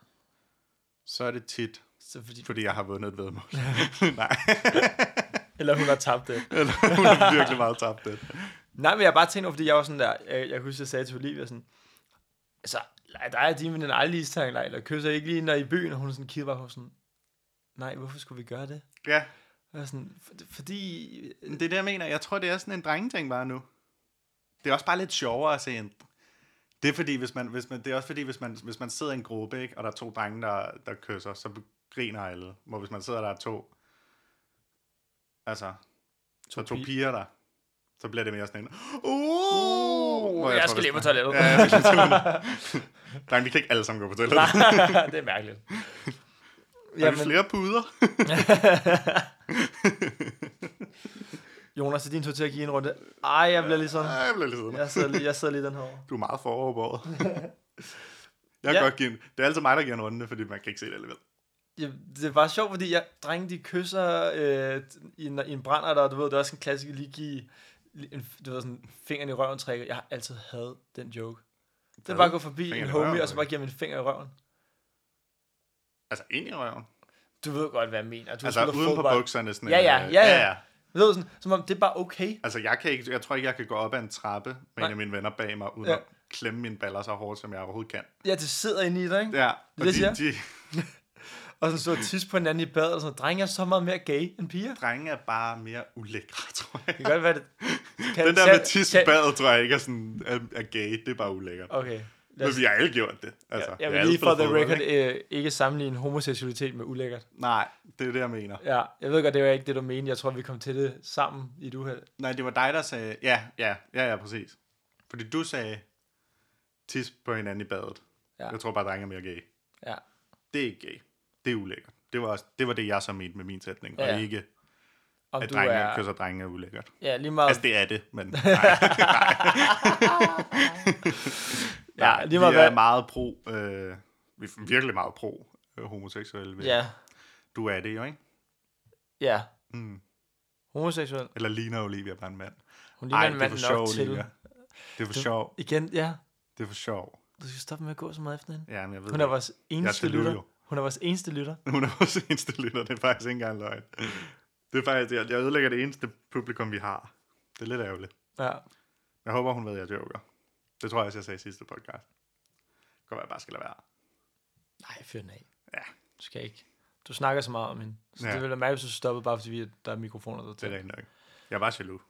S1: Så er det tit,
S2: Så fordi,
S1: Fordi jeg har vundet et vedmål. Nej,
S2: eller hun har tabt det.
S1: hun har virkelig meget tabt det.
S2: Nej, men jeg har bare tænkt over, fordi jeg var sådan der, jeg, jeg kan huske, jeg sagde til Olivia sådan, altså, nej, der er de med den aldrig istangleg, eller kysser I ikke lige, når I er i byen, og hun sådan kiggede bare på mig sådan, nej, hvorfor skulle vi gøre det?
S1: Ja,
S2: Og jeg var sådan, for, fordi,
S1: men det er det, jeg mener. Jeg tror, det er sådan en drengeting bare nu. Det er også bare lidt sjovere at se en... Det er, fordi, hvis man, hvis man, det er også fordi, hvis man, hvis man sidder i en gruppe, ikke, og der er to drenge, der, der kysser, så griner alle. Hvor hvis man sidder, og der er to... Altså, to, to
S2: pi- Uh,
S1: piger der, så bliver det mere sådan en... Uh,
S2: jeg skal lige på toilettet.
S1: Ja, jeg skal til- Drenge, vi kan ikke alle sammen gå på toilettet.
S2: det er mærkeligt.
S1: Har vi flere puder?
S2: Jonas, er din tur til at give en runde. Ej, jeg bliver lige sådan,
S1: Nej, jeg bliver lidt siddende.
S2: jeg sidder lige, jeg sidder lige den her. over.
S1: Du er meget foroverbåret. jeg ja.
S2: Ja.
S1: godt give en, Det er altid mig, der giver en runde, fordi man kan ikke se det alligevel.
S2: Ja, det er bare sjovt, fordi jeg, drenge, de kysser øh, i, en, i en brænder, der, du ved, det er også en klassiker, lige give lige en, du ved, sådan, fingeren i røven trækker. Jeg har altid hadet den joke. Det er
S1: Hvad?
S2: bare at gå forbi
S1: Fingeren
S2: en
S1: i
S2: homie,
S1: røven,
S2: og så bare give ham en finger i røven.
S1: Altså ind i røven.
S2: Du ved godt, hvad jeg mener. Du
S1: altså
S2: spiller
S1: uden på
S2: fodbold.
S1: bukserne. Sådan
S2: Ja,
S1: en,
S2: ja,
S1: øh,
S2: ja, ja. Du ved, sådan, som om det er bare okay.
S1: Altså jeg, kan ikke, jeg tror ikke, jeg kan gå op ad en trappe med en
S2: Nej.
S1: af mine venner bag mig, uden ja.
S2: Ja.
S1: at klemme mine baller så hårdt, som jeg overhovedet kan.
S2: Ja, det sidder inde i dig, ikke?
S1: Ja,
S2: det, jeg siger.
S1: de, de
S2: Og så så tis på hinanden i badet, og sådan, drenge er så meget mere gay end piger.
S1: drenge er bare mere ulækre, tror jeg.
S2: Det kan godt være, det... Kan,
S1: Den der med
S2: kan-
S1: tisbadet, tror jeg ikke er, sådan, er, er gay. Det er bare ulækkert.
S2: Okay. lad
S1: Men
S2: os-
S1: vi har alle gjort det. Altså, vi
S2: Jeg
S1: har
S2: vil
S1: alle
S2: lige for
S1: spillet
S2: the
S1: fodbold,
S2: record
S1: ikke?
S2: øh, ikke sammenligne homoseksualitet med ulækkert.
S1: Nej, det er det, jeg mener.
S2: Ja, jeg ved godt, det var ikke det, du mente. Jeg tror, vi kom til det sammen i et uheld.
S1: Nej, det var dig, der sagde, ja, ja, ja, ja, præcis. Fordi du sagde, tis på hinanden i badet. Ja.
S2: Ja.
S1: Jeg tror bare, drenge er mere gay.
S2: Ja.
S1: Det er ikke gay. Det er ulækkert. Det var, også, det, var det, jeg så mente med min sætning. Ja.
S2: Ja.
S1: Og ikke,
S2: Om
S1: at
S2: du
S1: drenge
S2: er...
S1: kysser drenge er ulækkert.
S2: Ja, lige meget,
S1: Altså, det er det, men nej.
S2: ja,
S1: nej,
S2: lige meget
S1: vi er
S2: hvad.
S1: meget pro, øh, vi er virkelig meget pro øh, homoseksuelle. Ja.
S2: Ja,
S1: Du er det jo, ikke?
S2: ja.
S1: Mm.
S2: Homoseksuel.
S1: Eller ligner Olivia bare en mand?
S2: Hun ligner
S1: Nej,
S2: en
S1: det er
S2: mand
S1: for
S2: nok
S1: sjov,
S2: til.
S1: Olivia. Det er for sjov.
S2: Igen, ja.
S1: Det er for sjov.
S2: Du skal stoppe med at gå så meget efter hende.
S1: Ja, men jeg ved
S2: Hun er
S1: det.
S2: vores eneste
S1: skal lytte,
S2: lytter.
S1: jo.
S2: Hun er vores eneste lytter.
S1: Hun er vores eneste lytter, det er faktisk ikke engang løgn. Det er faktisk, jeg, jeg ødelægger det eneste publikum, vi har. Det er lidt ærgerligt.
S2: Ja.
S1: Jeg håber, hun ved, at jeg joker. Det tror jeg også, jeg sagde i sidste podcast. Det kan godt være, jeg bare skal lade være.
S2: Nej, fyr den af.
S1: Ja.
S2: Du skal ikke. Du snakker så meget om hende. Så
S1: Ja.
S2: det ville være mærkeligt, hvis du stoppede bare, fordi at der er mikrofoner der
S1: Det er
S2: til.
S1: rigtigt nok. Jeg er bare jaloux.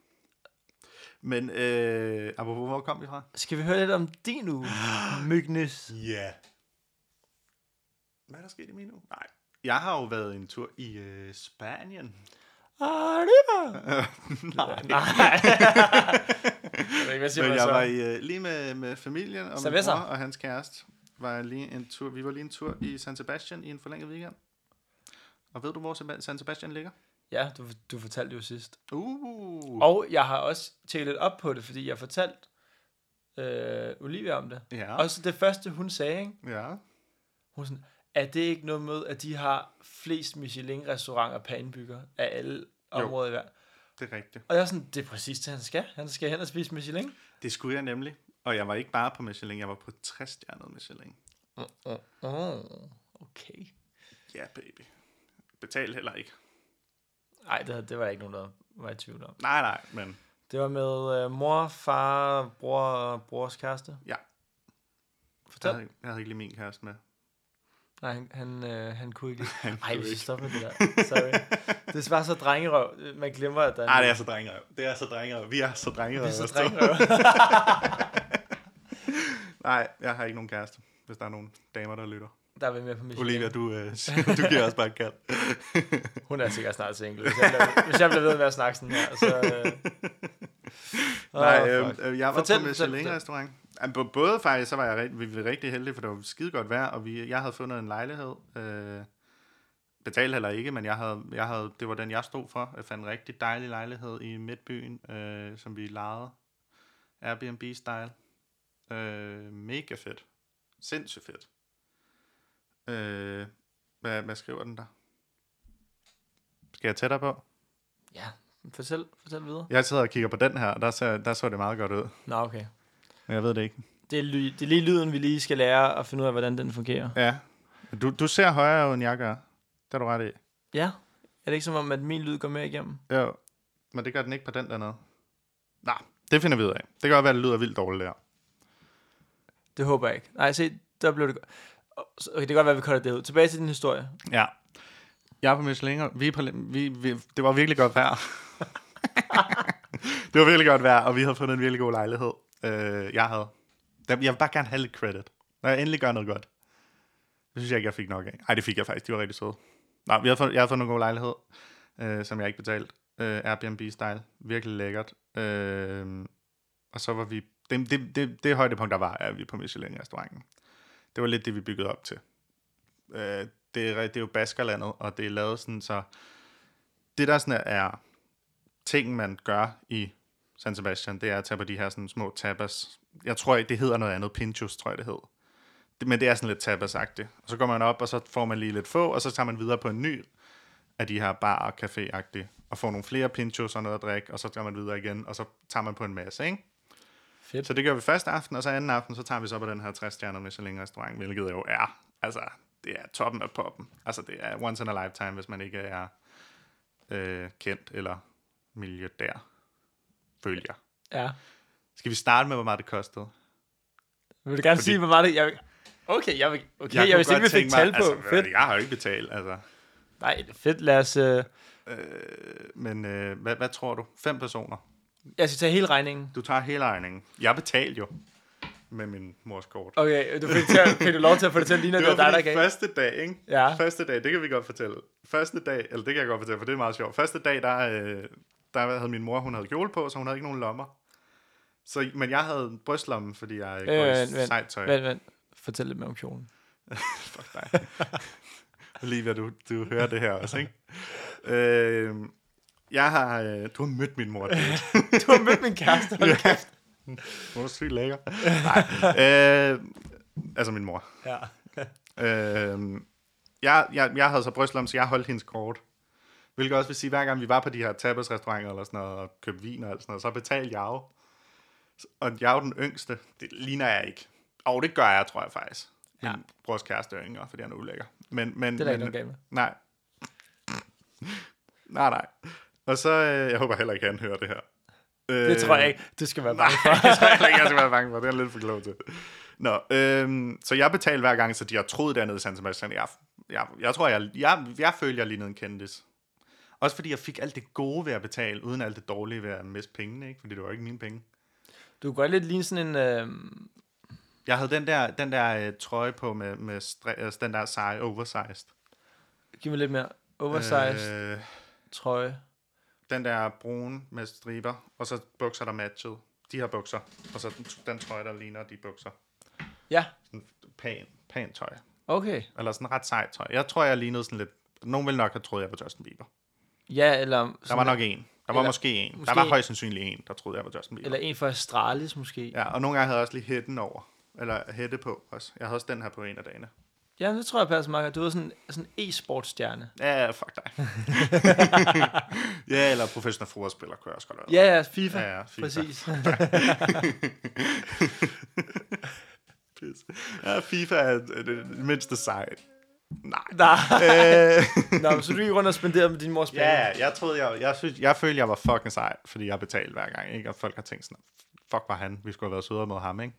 S1: Men, øh, apropos, hvor kom vi fra?
S2: Skal vi høre lidt om din uge, Mygnes?
S1: Ja. Yeah. Hvad er der sket i min uge? Nej. Jeg har jo været en tur i øh, Spanien.
S2: Arriba!
S1: Nej.
S2: Nej. jeg ved ikke, hvad siger
S1: Men
S2: man
S1: jeg
S2: så?
S1: var i, øh, lige med, med familien og min
S2: Cerveza.
S1: bror og hans kæreste. Var jeg lige en tur, vi var lige en tur i San Sebastian i en forlænget weekend. Og ved du, hvor Seba- San Sebastian ligger?
S2: Ja, du, du fortalte jo sidst.
S1: Uh.
S2: Og jeg har også tælet op på det, fordi jeg fortalte øh, Olivia om det.
S1: Ja,
S2: Ja. Også det første, hun sagde, ikke?
S1: ja.
S2: Hun var sådan, er det ikke noget med, at de har flest Michelin-restauranter per indbygger af alle områder i verden?
S1: det er rigtigt.
S2: Og jeg er sådan, det er præcis det, han skal. Han skal hen og spise Michelin.
S1: Det skulle jeg nemlig. Og jeg var ikke bare på Michelin, jeg var på 60-stjernet Michelin.
S2: Mm, mm, mm. Okay.
S1: Ja, yeah, baby. betalt heller ikke.
S2: Nej, det, det var jeg ikke nogen, der var i tvivl om.
S1: Nej, nej, men
S2: Det var med øh, mor, far, bror og brors kæreste.
S1: Ja.
S2: Fortæl.
S1: jeg havde, jeg havde ikke lige min kæreste med.
S2: Nej, han, han, øh, han kunne ikke.
S1: Han
S2: Nej,
S1: kunne
S2: vi skal
S1: ikke.
S2: stoppe med det der. Sorry. det er bare så drengerøv. Man glemmer, at der
S1: Nej, det er så drengerøv. Det er så drengerøv. Vi er så drengerøv.
S2: Vi er så
S1: os to.
S2: drengerøv.
S1: Nej, jeg har ikke nogen kæreste, hvis der er nogen damer, der lytter.
S2: der er vi med på mission.
S1: Olivia, du, øh, du giver os bare et kald.
S2: Hun er sikkert snart single. Hvis jeg bliver, hvis jeg bliver ved med at snakke sådan her, så... Øh...
S1: Nej,
S2: Åh,
S1: øh,
S2: fuck.
S1: øh, jeg var
S2: Fortæl,
S1: på
S2: fortæl,
S1: Michelin
S2: fortæl.
S1: restaurant. Jamen, på både faktisk, så var jeg rigt, vi var rigtig heldige, for det var skide godt vejr, og vi, jeg havde fundet en lejlighed. Øh, betalt heller ikke, men jeg havde, jeg havde, det var den, jeg stod for. Jeg fandt en rigtig dejlig lejlighed i Midtbyen, øh, som vi lejede. Airbnb-style. Øh, mega fedt. Sindssygt fedt. Øh, hvad, hvad skriver den der? Skal jeg tættere på?
S2: Ja, fortæl, fortæl videre.
S1: Jeg sidder og kigger på den her, der, ser, der så det meget godt ud.
S2: Nå, okay.
S1: Men jeg ved det ikke.
S2: Det er, ly- det er lige lyden, vi lige skal lære at finde ud af, hvordan den fungerer.
S1: Ja. Du, du ser højere, end jeg gør. Det er du ret i.
S2: Ja. Er det ikke som om, at min lyd går mere igennem?
S1: Jo. Men det gør den ikke på den dernede. Nå, det finder vi ud af. Det kan godt være, det lyder vildt dårligt der.
S2: Det håber jeg ikke. Nej, se, der blev det godt. Okay, det kan godt være, at vi cutter det ud. Tilbage til din historie.
S1: Ja. Jeg er på Michelin, og vi, er på, vi, vi, det var virkelig godt vejr. det var virkelig godt vejr, og vi havde fundet en virkelig god lejlighed. Øh, jeg havde. Dem- Jeg vil bare gerne have lidt credit. Når jeg endelig gør noget godt. Det synes jeg ikke, jeg fik nok af. Nej, det fik jeg faktisk. De var rigtig søde. Nej, vi havde fundet, jeg havde fundet en god lejlighed, øh, som jeg ikke betalte. Øh, Airbnb-style. Virkelig lækkert. Øh, og så var vi... Det, det, det, det højdepunkt, der var, er at vi er på Michelin-restauranten. Det var lidt det, vi byggede op til. Øh, det, er, det er jo Baskerlandet, og det er lavet sådan, så det der sådan er ting, man gør i San Sebastian, det er at tage på de her sådan små tapas. Jeg tror ikke, det hedder noget andet. Pinchos, tror jeg, det hed. Det- Men det er sådan lidt tapas Og så går man op, og så får man lige lidt få, og så tager man videre på en ny af de her bar- og café og får nogle flere pinchos og noget at drikke, og så tager man videre igen, og så tager man på en masse, ikke?
S2: Fedt.
S1: Så det gør vi første aften, og så anden aften, så tager vi så på den her 60 stjerner Michelin restaurant, hvilket jo er, altså, det er toppen af poppen. Altså, det er once in a lifetime, hvis man ikke er øh, kendt eller milliardær. Følger.
S2: Ja.
S1: Skal vi starte med, hvor meget det kostede?
S2: Vil du gerne
S1: Fordi-
S2: sige, hvor meget det... Jeg, okay, jeg, vil- okay, jeg,
S1: kunne
S2: jeg vidste ikke, vi
S1: godt
S2: fik
S1: tænke
S2: tal på.
S1: Altså,
S2: fedt.
S1: Jeg har jo ikke betalt, altså.
S2: Nej, fedt. Lad os... Øh,
S1: Øh, Men øh, hvad, hvad tror du? Fem personer.
S2: jeg skal tage hele regningen.
S1: Du tager hele regningen. Jeg betalte jo med min mors kort.
S2: Okay, du fik, til, at- fik du lov til at få det til at ligne, at
S1: Det
S2: det
S1: var
S2: var dig, der
S1: fordi
S2: gav.
S1: første dag, ikke?
S2: Ja.
S1: Første dag, det kan vi godt fortælle. Første dag, eller det kan jeg godt fortælle, for det er meget sjovt. Første dag, der, øh, der havde min mor, hun havde kjole på, så hun havde ikke nogen lommer. Så, men jeg havde brystlomme, fordi jeg øh, går i
S2: vent, vent,
S1: sejt tøj.
S2: Vent, vent. Fortæl lidt mere om kjolen.
S1: Fuck dig. Olivia, du, du hører det her også, ikke? Øh, jeg har... Øh, du har mødt min mor. Det
S2: Du har mødt min kæreste. hold kæft.
S1: Hun er sygt lækker. Nej. Øh, altså min mor.
S2: Ja.
S1: Øh, jeg, jeg, jeg havde så brystlom, så jeg holdt hendes kort. Hvilket også vil sige, hver gang vi var på de her tapasrestauranter eller sådan noget, og købte vin og alt sådan noget, så betalte jeg jo. Og jeg er jo den yngste. Det ligner jeg ikke. Og det gør jeg, tror jeg faktisk. Min
S2: Ja.
S1: brors kæreste er yngre, fordi han er ulækker. Men, men,
S2: Det er der ikke
S1: men,
S2: nogen galt med.
S1: Nej. Nej, nej. Og så, øh, jeg håber heller ikke, han hører det her.
S2: Det tror jeg ikke. Det skal være bare.
S1: Nej, det tror jeg heller ikke, jeg skal være bange for. Det er jeg lidt for klog til. Nå, øhm, så jeg betalte hver gang, så de har troet dernede i San Sebastian. Jeg, jeg, jeg tror, jeg, jeg, jeg følte, jeg lignede en kendis. Også fordi jeg fik alt det gode ved at betale, uden alt det dårlige ved at miste pengene, ikke? fordi det var ikke mine penge.
S2: Du kan godt lidt ligne sådan en... Øh,
S1: Jeg havde den der, den der øh, trøje på med, med stri, altså, den der seje, oversized.
S2: giv mig lidt mere oversized øh.
S1: Øh,
S2: trøje.
S1: den der brune med striber, og så bukser, der matchede. De her bukser, og så den, den trøje, der ligner de bukser.
S2: Ja,
S1: Sådan Pæn, pæn tøj.
S2: okay.
S1: Eller sådan ret sejt tøj. Jeg tror, jeg lignede sådan lidt... Nogen ville nok have troet, jeg var Justin Bieber.
S2: Ja, eller,
S1: Der
S2: sådan,
S1: var nok en. Der var
S2: Eller-
S1: måske en.
S2: måske
S1: Der var
S2: en.
S1: højst sandsynligt en, der troede, jeg var Justin Bieber.
S2: eller en fra Astralis måske. Ja.
S1: Ja, og nogle gange havde jeg også lige hætten over. Eller hætte på også. Jeg havde også den her på en af dagene.
S2: ja, det tror jeg passer meget godt. Du er sådan sådan en e-sportstjerne.
S1: Ja, fuck dig. ja, eller professionel fodboldspiller kunne jeg også godt være.
S2: Ja, ja, FIFA.
S1: Ja, ja, FIFA.
S2: Præcis.
S1: Pis. Ja, FIFA er det, det mindste sej. Nej.
S2: Nej.
S1: Øh,
S2: Nå, men så du gik rundt og spenderede med din mors penge?
S1: ja, jeg troede, jeg, jeg, synes, jeg følte, jeg var fucking sej, fordi jeg betalte hver gang, ikke? Og folk har tænkt sådan, fuck var han, vi skulle have været sødere mod ham, ikke?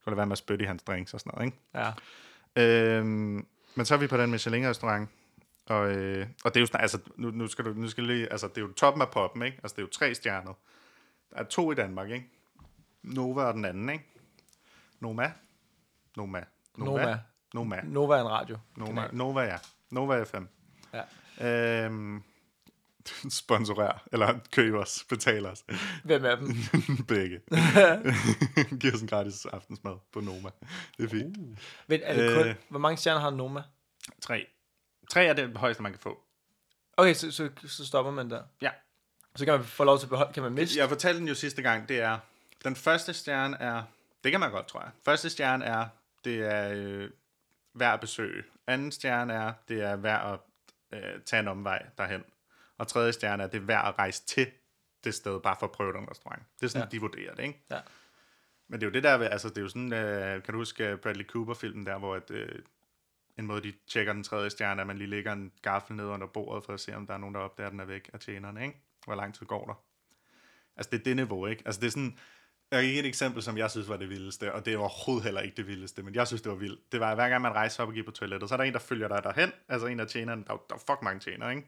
S1: Skulle det være med at spytte i hans drinks og sådan noget, ikke?
S2: Ja.
S1: Øhm, men så er vi på den Michelin-restaurant, og, øh, og det er jo sådan, altså, nu, nu skal du nu skal du lige, altså, det er jo toppen af poppen, ikke? Altså, det er jo tre stjerner. Der er to i Danmark, ikke? Nova og den anden, ikke? Noma. Noma.
S2: Noma.
S1: Noma.
S2: Nova er en radio.
S1: Nova, Nova ja. Nova FM.
S2: Ja.
S1: Øhm, sponsorer, eller køb os, betal os.
S2: Hvem er dem?
S1: Begge. Giv os en gratis aftensmad på Noma. Det er fint.
S2: Men er det kun,
S1: Øh.
S2: hvor mange stjerner har Noma?
S1: Uh. Tre. Tre er det højeste, man kan få.
S2: Okay, så, så, så stopper man der.
S1: Ja.
S2: Så kan man få lov til at beholde, kan man miste?
S1: Jeg fortalte den jo sidste gang, det er, den første stjerne er, det kan man godt, tror jeg. Første stjerne er, det er øh, værd at besøge. Anden stjerne er, det er værd at øh, tage en omvej derhen. Og tredje stjerne er, det er værd at rejse til det sted, bare for at prøve den restaurant. Det er sådan,
S2: Ja.
S1: ja. de vurderer det, ikke?
S2: Ja.
S1: Men det er jo det der, ved- altså det er jo sådan, øh, kan du huske Bradley Cooper-filmen der, hvor at, øh, en måde, de tjekker den tredje stjerne, er, at man lige lægger en gaffel ned under bordet, for at se, om der er nogen, der opdager, at den er væk af tjenerne, ikke? Hvor lang tid går der? Altså, det er det niveau, ikke? Altså, det er sådan... Jeg kan give et eksempel, som jeg synes var det vildeste, og det er overhovedet heller ikke det vildeste, men jeg synes, det var vildt. Det var, at hver gang man rejser op og gik på toilettet, så er der en, der følger dig derhen, altså en af tjenerne, der, er jo- der er fuck mange tjenere, ikke?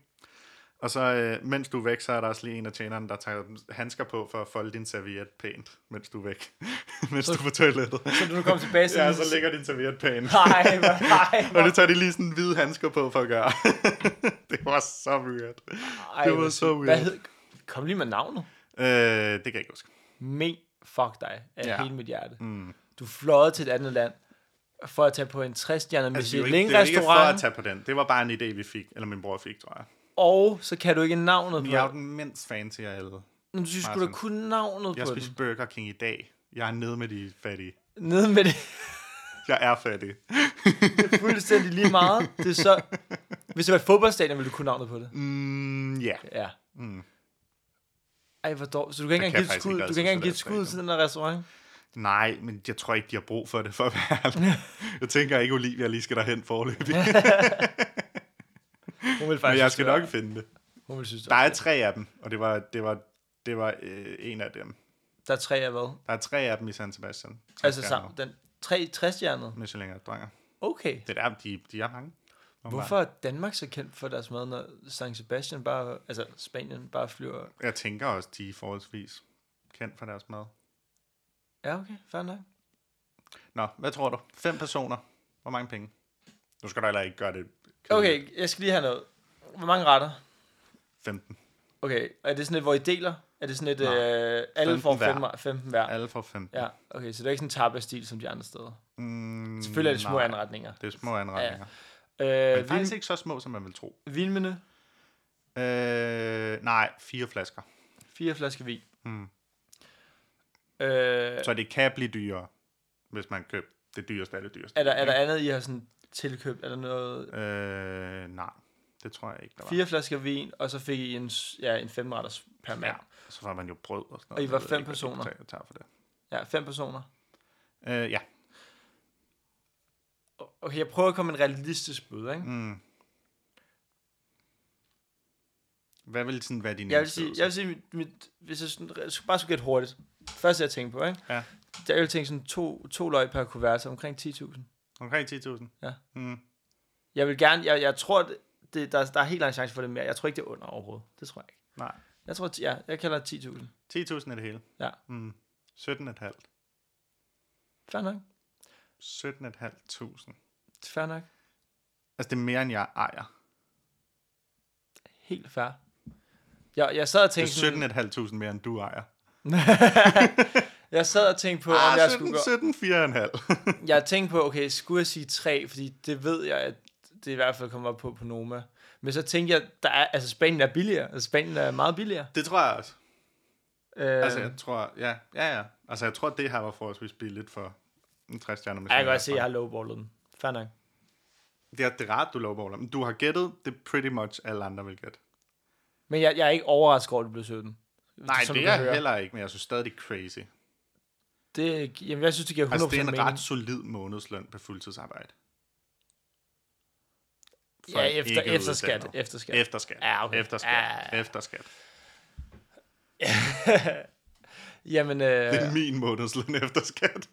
S1: Og så, øh, mens du er væk, så er der også lige en af tjenerne, der tager handsker på for at folde din serviet pænt, mens du er væk. mens du er på toilettet.
S2: Så du kommer tilbage til
S1: ja, så ligger din serviet pænt.
S2: Nej, hvor, nej, hvor,
S1: og nu tager de lige sådan hvide handsker på for at gøre. det var så weird.
S2: ej,
S1: det var
S2: hvor
S1: så
S2: sygt.
S1: weird.
S2: Hvad hed, kom lige med navnet.
S1: Øh, det kan jeg ikke huske.
S2: Me fuck dig af ja.
S1: Ja.
S2: hele mit hjerte. Mm. Du fløjede til et andet land for at tage på en 60-stjerner
S1: Altså, det er jo ikke, det er jo ikke for
S2: Michelin-restaurant,
S1: at tage på den. Det var bare en idé, vi fik, eller min bror fik, tror jeg.
S2: og så kan du ikke navnet på
S1: Jeg er jo
S2: det.
S1: den mindst fancy af alle.
S2: Men Du synes sgu da
S1: Martin.
S2: kun navnet
S1: Jeg
S2: på den.
S1: spiser Burger King i dag. Jeg er nede med de fattige.
S2: Nede med det.
S1: Jeg er fattig.
S2: fuldstændig lige meget. Det er så... Hvis det var et fodboldstadion, ville du kunne navnet på det.
S1: Mm, ja. Yeah.
S2: Ja. Mm. Ej, hvor dårligt. Så du kan ikke
S1: kan
S2: engang give
S1: jeg
S2: et skud,
S1: faktisk
S2: du
S1: ikke rigtig
S2: kan ikke engang give et
S1: synes, det er
S2: skud til den der restaurant?
S1: Nej, men jeg tror ikke, de har brug for det, for at være ærlig. Jeg tænker ikke, Olivia lige skal derhen forløbig,
S2: Hun vil faktisk
S1: men jeg
S2: synes,
S1: skal
S2: det var-
S1: nok finde det.
S2: Hun vil synes, det
S1: Der
S2: var-
S1: er tre af dem, og det var, det var, det var øh, en af dem.
S2: Der er tre af hvad?
S1: Der er tre af dem i San Sebastian. Tre
S2: Altså
S1: stjerner.
S2: sammen. Den tre 60 -stjernede.
S1: Michelin-restauranter.
S2: Okay.
S1: Det er der, de, de er mange.
S2: Hvorfor er Danmark så kendt for deres mad, når San Sebastian bare, altså Spanien bare flyver?
S1: Jeg tænker også, de er forholdsvis kendt for deres mad.
S2: Ja, okay, fair nok.
S1: Nå, hvad tror du? Fem personer. Hvor mange penge? Nu skal du heller ikke gøre det. kedeligt.
S2: Okay, jeg skal lige have noget. Hvor mange retter?
S1: 15.
S2: Okay, og er det sådan et, hvor I deler? Er det sådan et,
S1: Nej.
S2: øh, alle
S1: 15
S2: får
S1: hver.
S2: 15, 15 hver?
S1: Alle får 15.
S2: Ja, okay, så det er ikke sådan en tapas-stil som de andre steder.
S1: Mm,
S2: Selvfølgelig er det små
S1: nej,
S2: anretninger.
S1: Det er små anretninger. Ja. Men
S2: Øh,
S1: faktisk
S2: vin,
S1: ikke så små, som man vil tro.
S2: vinmenu,
S1: Øh, nej, fire flasker.
S2: fire flasker vin.
S1: Mm.
S2: Øh,
S1: Så det kan blive dyrere, hvis man køber det dyreste af det dyreste.
S2: er, der, er der andet, I har sådan tilkøbt? Er der noget?
S1: Øh, nej, det tror jeg ikke, der var.
S2: Fire flasker vin, og så fik I en, s- ja, en femretters per mand.
S1: Ja, så får man jo brød og sådan noget.
S2: Og I var
S1: Jeg ved
S2: fem
S1: ikke, hvad de
S2: personer?
S1: betaler- tager for det.
S2: Ja, fem personer.
S1: Øh, ja.
S2: Okay, jeg prøver at komme med en realistisk bud, ikke?
S1: Mm. Hvad vil sådan være din
S2: Jeg vil sige,
S1: indskydelse?
S2: jeg vil sige mit, mit, hvis jeg sådan, jeg skulle- bare skulle gætte hurtigt. Første, jeg tænkte på, ikke?
S1: Ja.
S2: Jeg ville tænke sådan to, to løg per kuvert, så omkring 10.000.
S1: Omkring 10.000?
S2: Ja.
S1: Mm.
S2: Jeg vil gerne, jeg, jeg tror, det, det, der, der er helt lang chance for det mere. Jeg tror ikke, det er under overhovedet. Det tror jeg ikke.
S1: Nej.
S2: Jeg tror, ti- ja, jeg kalder det 10.000.
S1: 10.000 er det hele.
S2: Ja.
S1: Mm. 17.500.
S2: Fair nok.
S1: 17.500.
S2: Fair nok.
S1: Altså, det er mere, end jeg ejer.
S2: Helt fair. Jeg, jeg sad og
S1: Det
S2: tænkte sådan,
S1: er 17.500 mere, end du ejer.
S2: jeg sad og tænkte på, om
S1: Ah,
S2: jeg skulle gå.
S1: 17, 17.400.
S2: Jeg tænkte på, okay, skulle jeg sige tre, fordi det ved jeg, at det i hvert fald kommer op på på Noma. Men så tænkte jeg, der er, altså Spanien er billigere. Altså Spanien er meget billigere.
S1: det tror jeg også.
S2: Øh,
S1: Altså, jeg tror, ja, ja, ja. Altså, jeg tror, det her var forholdsvis billigt for en 60 stjerner med
S2: jeg kan
S1: sådan
S2: godt se, at jeg har
S1: en
S2: lowballet den. Fair nok.
S1: erfaring. Det er, det er rart, du lovballer. Men du har gættet, det er pretty much alle andre vil gætte.
S2: Men jeg, jeg er ikke overrasket over, at det blev 17.
S1: Nej,
S2: Som
S1: det
S2: du
S1: er
S2: kan
S1: jeg
S2: høre.
S1: heller ikke, men jeg synes stadig, det er crazy.
S2: Det, Altså, jamen, jeg synes, det giver 100%
S1: Altså, det er en
S2: mening.
S1: ret solid månedsløn på fuldtidsarbejde. folk
S2: ja, efter,
S1: ikke er
S2: efter skat.
S1: uddannet.
S2: Efter skat.
S1: Efter skat.
S2: Ja, okay.
S1: Efter skat.
S2: Ja.
S1: Efter skat.
S2: Jamen, øh,
S1: Det er min månedsløn efter skat.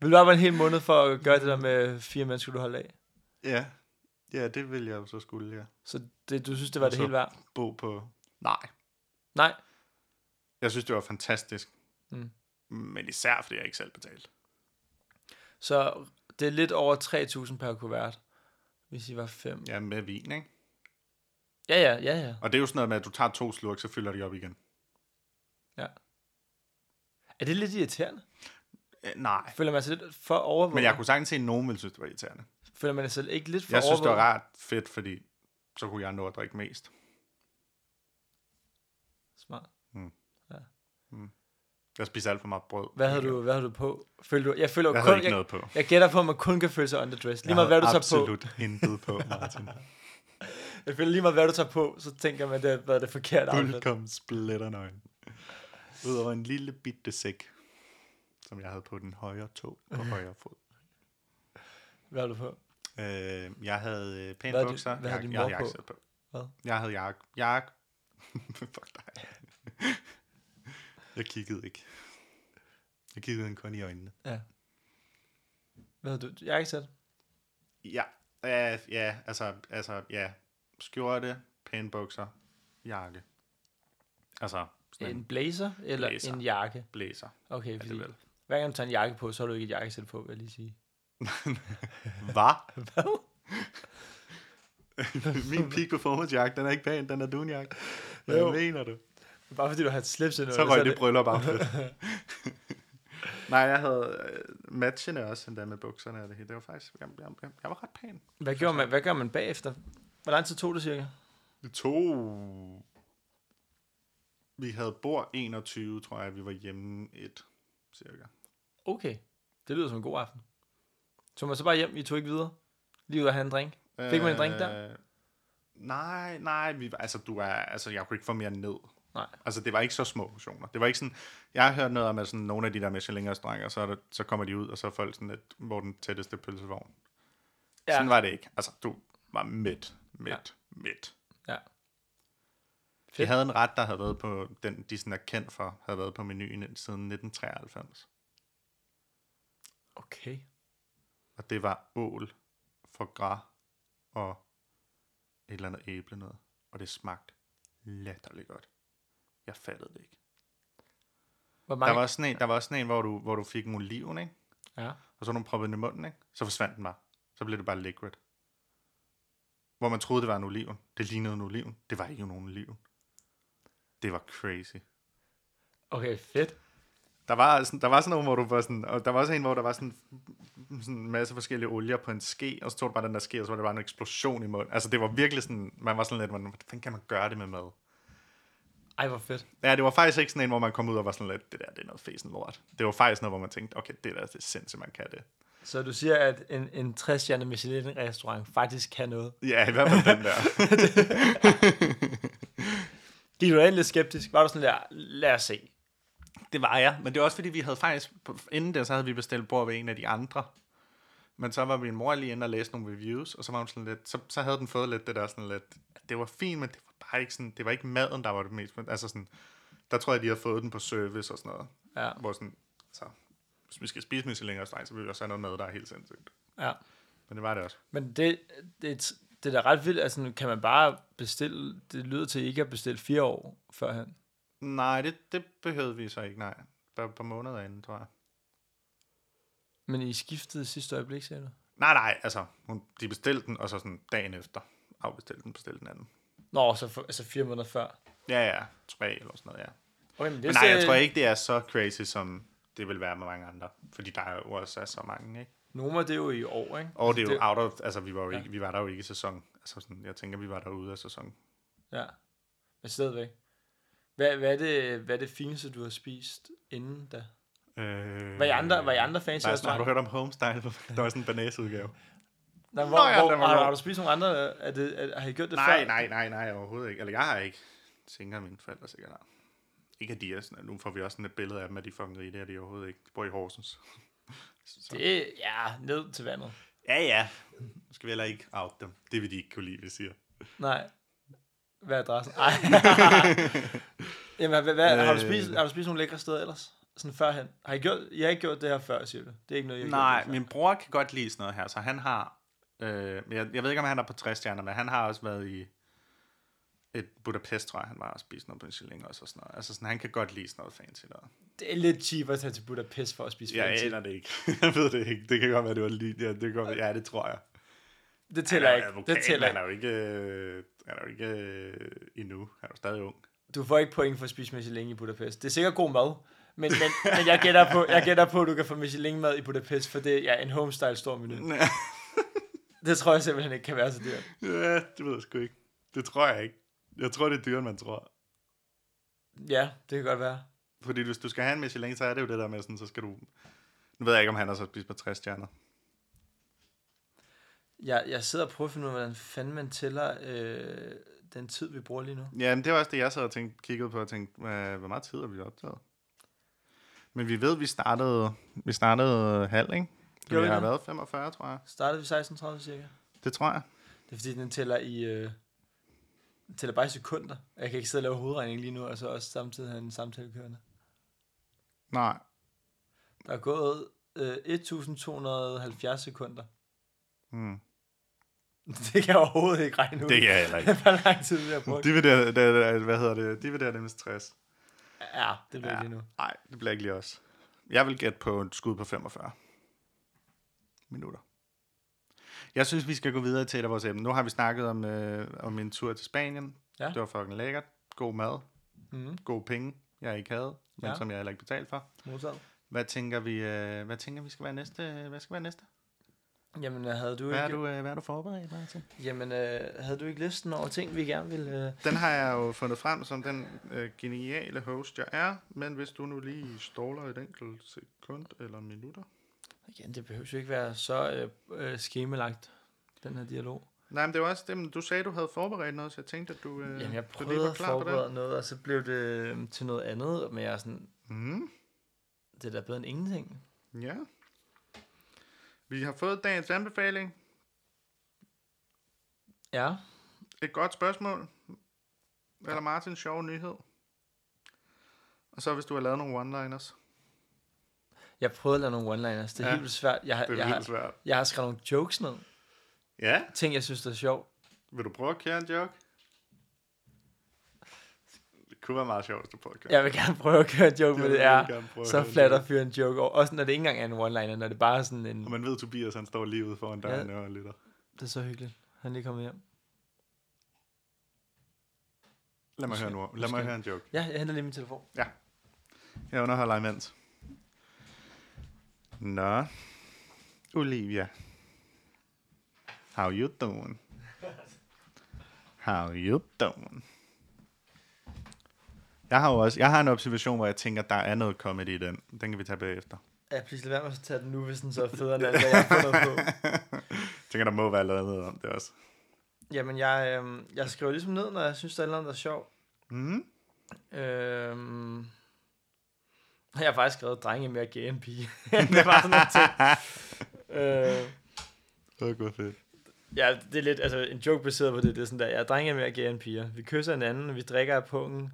S2: vil du arbejde en hel måned for at gøre det der med fire mennesker, du holder af?
S1: ja. ja, det vil jeg jo så skulle, ja.
S2: Så det, du synes, det var det
S1: Så-
S2: helt værd?
S1: Bo på... Nej.
S2: Nej.
S1: Jeg synes, det var fantastisk.
S2: Mm.
S1: Men især, fordi jeg ikke selv betalte.
S2: Så det er lidt over 3.000 per kuvert, hvis I var fem.
S1: Ja, med vin, ikke?
S2: Ja, ja, ja, ja.
S1: Og det er jo sådan noget med, at du tager to slurk, så fylder de op igen.
S2: Er det lidt irriterende?
S1: Øh, nej.
S2: Føler man sig lidt for overvåget?
S1: Men jeg kunne sagtens se, at nogen ville synes, det var irriterende.
S2: Føler man sig ikke lidt for
S1: Jeg synes, det var
S2: overvåget?
S1: ret fedt, fordi så kunne jeg nå at drikke mest.
S2: Smart.
S1: Jeg spiser alt for meget brød.
S2: Hvad havde du, hvad havde du på? Følte du, jeg føler jo
S1: Jeg havde
S2: kun,
S1: ikke
S2: jeg,
S1: noget på.
S2: jeg gætter på, at man kun kan føle sig underdressed. Lige meget hvad du tager på,
S1: absolut intet på, Martin.
S2: jeg føler lige meget hvad du tager på, så tænker man, det har været det forkerte outfit.
S1: Fuldkommen splitternøgen. Udover en lille bitte sæk, som jeg havde på den højre tog og højre fod.
S2: Hvad har du på?
S1: Øh, jeg havde øh, pæne
S2: Hvad er din-
S1: bukser.
S2: hvad
S1: jeg,
S2: havde din
S1: jeg
S2: mor på?
S1: jakkesæt på.
S2: Hvad?
S1: Jeg havde jak... Jak... Fuck dig. jeg kiggede ikke. Jeg kiggede hende kun i øjnene.
S2: Hvad havde du? Jeg har ikke set.
S1: Ja, ja, ja altså, altså, ja. Skjorte, pæne bukser, jakke. Altså, sådan en
S2: En blazer eller
S1: Blazer.
S2: blazer. en jakke?
S1: blæser.
S2: Okay,
S1: er det
S2: fordi
S1: vel.
S2: hver gang du tager en jakke på, så har du ikke et jakkesæt på, vil jeg lige sige.
S1: Hvad?
S2: Hvad?
S1: Min peak performance jakke, den er ikke pæn, den er dunjakke. Hvad
S2: Jo.
S1: mener du?
S2: Bare fordi du har et slips ind
S1: Så
S2: under,
S1: røg
S2: er
S1: det bryllup outfit. Nej, jeg havde øh, matchende også endda med bukserne og det hele. Det var faktisk, jeg, jeg, jeg, jeg var ret pæn.
S2: Hvad gør man, hvad gør man bagefter? Hvor lang tid tog det cirka?
S1: To. Vi havde bord 21, tror jeg, vi var hjemme et, cirka.
S2: Okay, det lyder som en god aften. Tog man så bare hjem, I tog ikke videre? Lige ud og have en drink? Fik man en drink der?
S1: Øh, Nej, nej, vi, var- altså, du er, altså, jeg kunne ikke få mere ned.
S2: Nej.
S1: Altså, det var ikke så små portioner. Det var ikke sådan, jeg har hørt noget om, at sådan, nogle af de der Michelin-restauranter, så, er der, så kommer de ud, og så er folk sådan, at, hvor er den tætteste pølsevogn. Ja. Sådan var det ikke. Altså, du var midt, midt, ja.
S2: Ja.
S1: midt.
S2: Ja.
S1: Vi
S2: Fedt.
S1: havde en ret, der havde været på, den de sådan er kendt for, havde været på menuen siden 1993.
S2: Okay.
S1: Og det var ål, for gras og et eller andet æble noget. Og det smagte latterligt godt. Jeg fattede det ikke.
S2: Hvor
S1: Der
S2: mange?
S1: var, også sådan en, der var også sådan en, hvor du, hvor du fik en oliven, ikke?
S2: Ja.
S1: Og så var du proppet den i munden, ikke? Så forsvandt den bare. Så blev det bare liquid. Hvor man troede, det var en oliven. Det lignede en oliven. Det var ikke nogen oliven. Det var crazy.
S2: Okay, fedt.
S1: Der var, sådan, der var sådan nogle, hvor du var sådan, og der var også en, hvor der var sådan, sådan en masse forskellige olier på en ske, og så tog du bare den der ske, og så var det bare en eksplosion i munden. Altså det var virkelig sådan, man var sådan lidt, hvordan fanden kan man gøre det med mad?
S2: Ej, hvor fedt.
S1: Ja, det var faktisk ikke sådan en, hvor man kom ud og var sådan lidt, det der, det er noget fesen lort. Det var faktisk noget, hvor man tænkte, okay, det der, det er sindssygt, man kan det.
S2: Så du siger, at en, en 60-stjerne Michelin-restaurant faktisk kan noget.
S1: Ja, i hvert fald den der.
S2: Gik du da ind lidt skeptisk? Var du sådan der, lad os se.
S1: det var jeg, men det var også fordi, vi havde faktisk, inden der, så havde vi bestilt bord ved en af de andre. Men så var min mor lige inde og læste nogle reviews, og så var hun sådan lidt, så, så havde den fået lidt det der sådan lidt, det var fint, men det var bare ikke sådan, det var ikke maden, der var det mest, men altså sådan, der tror jeg, de havde fået den på service og sådan noget.
S2: Ja,
S1: Hvor sådan, så, hvis vi skal spise Michelin og så vil vi også have noget mad, der er helt sindssygt.
S2: ja.
S1: Men det var det også.
S2: Men det, det, det er da ret vildt. Altså, kan man bare bestille... Det lyder til, at I ikke har bestilt fire år førhen.
S1: Nej, det, det behøvede vi så ikke, nej. Der var et par måneder inden, tror jeg.
S2: Men I skiftede i sidste øjeblik, siger du?
S1: Nej, nej, altså, hun, de bestilte den, og så sådan dagen efter afbestilte den, bestilte den anden.
S2: Nå, så for, altså fire måneder før.
S1: Ja, ja, tre eller sådan noget, ja.
S2: Okay, men det
S1: Men nej, jeg tror ikke, det er så crazy, som det vil være med mange andre. Fordi der er jo også er så mange, ikke?
S2: Noma, det er jo i år, ikke?
S1: Og det er jo
S2: det-
S1: out of, altså vi var, jo ikke, vi var der jo ikke i sæson. Altså sådan, jeg tænker, vi var derude af sæson.
S2: Ja, men stadigvæk. Hvad, hvad, er det, hvad er det fineste, du har spist inden da?
S1: Øh,
S2: Var I andre, var I andre fans
S1: der er
S2: af
S1: sådan, har du
S2: restauranten?
S1: hørt om Homestyle? Der var sådan en banæseudgave.
S2: Nej,
S1: Nå
S2: hvor,
S1: ja,
S2: hvor,
S1: den var
S2: har,
S1: god.
S2: har, du spist nogle andre? Er det, er, har I gjort det
S1: Nej,
S2: før?
S1: nej, nej, nej, overhovedet ikke. Eller jeg har ikke. Jeg tænker, mine forældre sikkert har. Ikke at de er sådan, nu får vi også sådan et billede af dem, at de er fucking rige, det er de overhovedet ikke. De bor i Horsens.
S2: Det er, ja, ned til vandet.
S1: Ja, ja. Nu skal vi heller ikke out dem. Det vil de ikke kunne lide, vi siger.
S2: Nej. Hvad er adressen? Ej. Jamen, hvad, hvad, har,
S1: Øh.
S2: du spist, har du spist nogle lækre steder ellers? Sådan førhen. Har I gjort, jeg har ikke gjort det her før, siger du. Det er ikke noget, jeg har
S1: Nej,
S2: gjort.
S1: min bror kan godt altså. lide sådan noget her, så han har... Øh, men jeg, jeg ved ikke, om han er på 60 stjerner, men han har også været i et Budapest, tror jeg, han var og spist noget på Michelin også og sådan noget. Altså sådan, han kan godt lide sådan noget fancy noget.
S2: Det er lidt cheap at tage til Budapest for at spise
S1: Jeg
S2: fængsel.
S1: aner det ikke. jeg ved det ikke. Det kan godt være, det var lige... Ja, det, kan godt være, ja, det tror jeg.
S2: Det tæller
S1: Han er
S2: ikke.
S1: jo advokat,
S2: Det tæller
S1: men
S2: ikke.
S1: Han er jo ikke, øh, han er jo ikke øh, endnu. Han er jo stadig ung.
S2: Du får ikke point for at spise Michelin i Budapest. Det er sikkert god mad. Men, men, men jeg, gætter på, jeg gætter på, at du kan få Michelin-mad i Budapest, for det er ja, en homestyle stor menu. Det tror jeg simpelthen ikke kan være så dyrt.
S1: ja, det ved jeg sgu ikke. Det tror jeg ikke. Jeg tror, det er dyrere, end man tror.
S2: Ja, det kan godt være.
S1: Fordi hvis du skal have en Michelin, så er det jo det der med sådan, så skal du... Nu ved jeg ikke, om han har så spist på 60 stjerner.
S2: Jeg, jeg sidder og prøver at finde ud af, hvordan fanden man tæller øh, den tid, vi bruger lige nu.
S1: Ja, men det var også det, jeg sad og tænkte, kiggede på og tænkte, øh, hvor meget tid har vi optaget? Men vi ved, vi startede, vi startede halv, ikke? Så
S2: Gjorde
S1: vi
S2: vi
S1: har
S2: det?
S1: været 45, tror jeg.
S2: Startede vi 16.30 cirka?
S1: Det tror jeg.
S2: Det er fordi, den tæller i... Øh, den tæller bare i sekunder. Jeg kan ikke sidde og lave hovedregning lige nu, og så også samtidig have en samtale kørende.
S1: Nej.
S2: Der er gået øh, 1270 sekunder.
S1: Hmm.
S2: Det kan jeg overhovedet ikke regne ud.
S1: Det kan jeg heller ikke.
S2: Hvor lang tid vi har brugt.
S1: Divider, da, da, hvad hedder det? Divider det med 60.
S2: Ja, det bliver
S1: Ja.
S2: ja. lige nu.
S1: Nej, det bliver ikke lige os. Jeg vil gætte på et skud på 45 minutter. Jeg synes, vi skal gå videre til et af vores emne. Nu har vi snakket om, øh, om en tur til Spanien.
S2: Ja.
S1: Det var fucking lækkert. God mad.
S2: Mm,
S1: Gode penge, jeg ikke havde, men ja.
S2: Ja.
S1: som jeg heller ikke betalte for.
S2: modtaget.
S1: Hvad tænker vi, øh, hvad tænker vi skal være næste? Hvad skal være næste?
S2: Jamen, øh, havde du
S1: Hvad er
S2: ikke,
S1: du, øh, hvad er du forberedt, Martin?
S2: Jamen, øh, havde du ikke listen over ting, vi gerne ville... Øh...
S1: Den har jeg jo fundet frem som den øh, geniale host, jeg er. Men hvis du nu lige ståler et enkelt sekund eller minutter.
S2: Igen, det behøver jo ikke være så øh, øh, skemalagt, den her dialog.
S1: Nej, men det var også det, men du sagde, du havde forberedt noget, så jeg tænkte, at du, øh,
S2: Jamen, jeg
S1: du lige
S2: prøvede
S1: var
S2: at
S1: klar på det.
S2: forberede noget, og så blev det øh, til noget andet, men jeg er sådan,
S1: Mm,
S2: det er da bedre end ingenting.
S1: ja. Vi har fået dagens anbefaling.
S2: Ja,
S1: Et godt spørgsmål. Eller Martins sjove nyhed. Og så hvis du har lavet nogle one-liners.
S2: jeg prøvede at lave nogle one-liners. Det
S1: Ja.
S2: er ja. helt vildt svært. Jeg, har-
S1: Det er
S2: jeg,
S1: helt
S2: har,
S1: svært.
S2: jeg har skrevet nogle jokes ned.
S1: Ja,
S2: Ting, jeg synes, der er sjovt.
S1: vil du prøve at kære en joke? Det kunne være meget sjovt, hvis du prøvede at kære.
S2: Jeg vil gerne prøve at køre en joke, men det er så flatter
S1: flatter.
S2: fyre en joke over. Også når det ikke engang er en one-liner, når det bare er sådan en...
S1: Og man ved, Tobias han står lige ude foran døren ja. og lytter.
S2: Det er så hyggeligt. Han er lige kommet hjem.
S1: Lad mig
S2: Måske.
S1: høre nu. Lad mig
S2: Måske.
S1: høre en joke.
S2: Ja, jeg henter lige min telefon.
S1: Jeg underholder imens. Nå. Olivia. How you doing? How you doing? Jeg har jo også, jeg har en observation, hvor jeg tænker, der er noget comedy i den. Den kan vi tage bagefter.
S2: Ja, please lad være med at tage den nu, hvis den så er federe end alt, hvad jeg har fundet på.
S1: Jeg tænker, der må være lavet noget om det også.
S2: Jamen, jeg, øhm, jeg skriver ligesom ned, når jeg synes, der er noget, der er sjovt.
S1: Mm.
S2: Øhm, jeg har faktisk skrevet, drenge er mere gay end pige. det var sådan en ting. øh,
S1: Det var fedt.
S2: ja, det er lidt, altså en joke baseret på det, det er sådan der, ja, drenge er mere gay end piger. Vi kysser hinanden, vi drikker af pungen.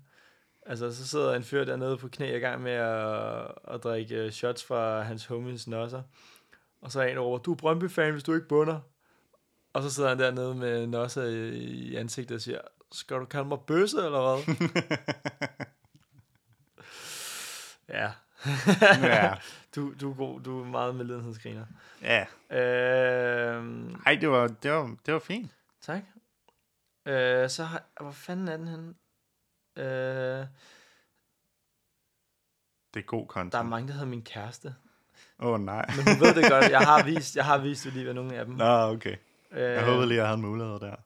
S2: Altså, så sidder en fyr dernede på knæ i gang med at, at drikke øh, shots fra hans homies nosser. Og så er en der råber, du er Brøndby-fan, hvis du ikke bunder. Og så sidder han dernede med nosser i, i ansigtet og siger, skal du kalde mig bøsse eller hvad? ja,
S1: ja.
S2: du, du er god, du er meget medlidenhedsgriner.
S1: ja.
S2: Øh,
S1: Ej, det var, det var, det var fint.
S2: Tak. Øh, så har... Hvor fanden er den henne? Øh,
S1: Det er god
S2: der er
S1: content.
S2: mange, der hedder min kæreste.
S1: Åh, oh, nej.
S2: Men hun ved det godt. Jeg har vist, jeg har vist jo lige ved nogle af dem.
S1: Nå, okay.
S2: øh,
S1: Jeg håbede lige, jeg havde en mulighed der.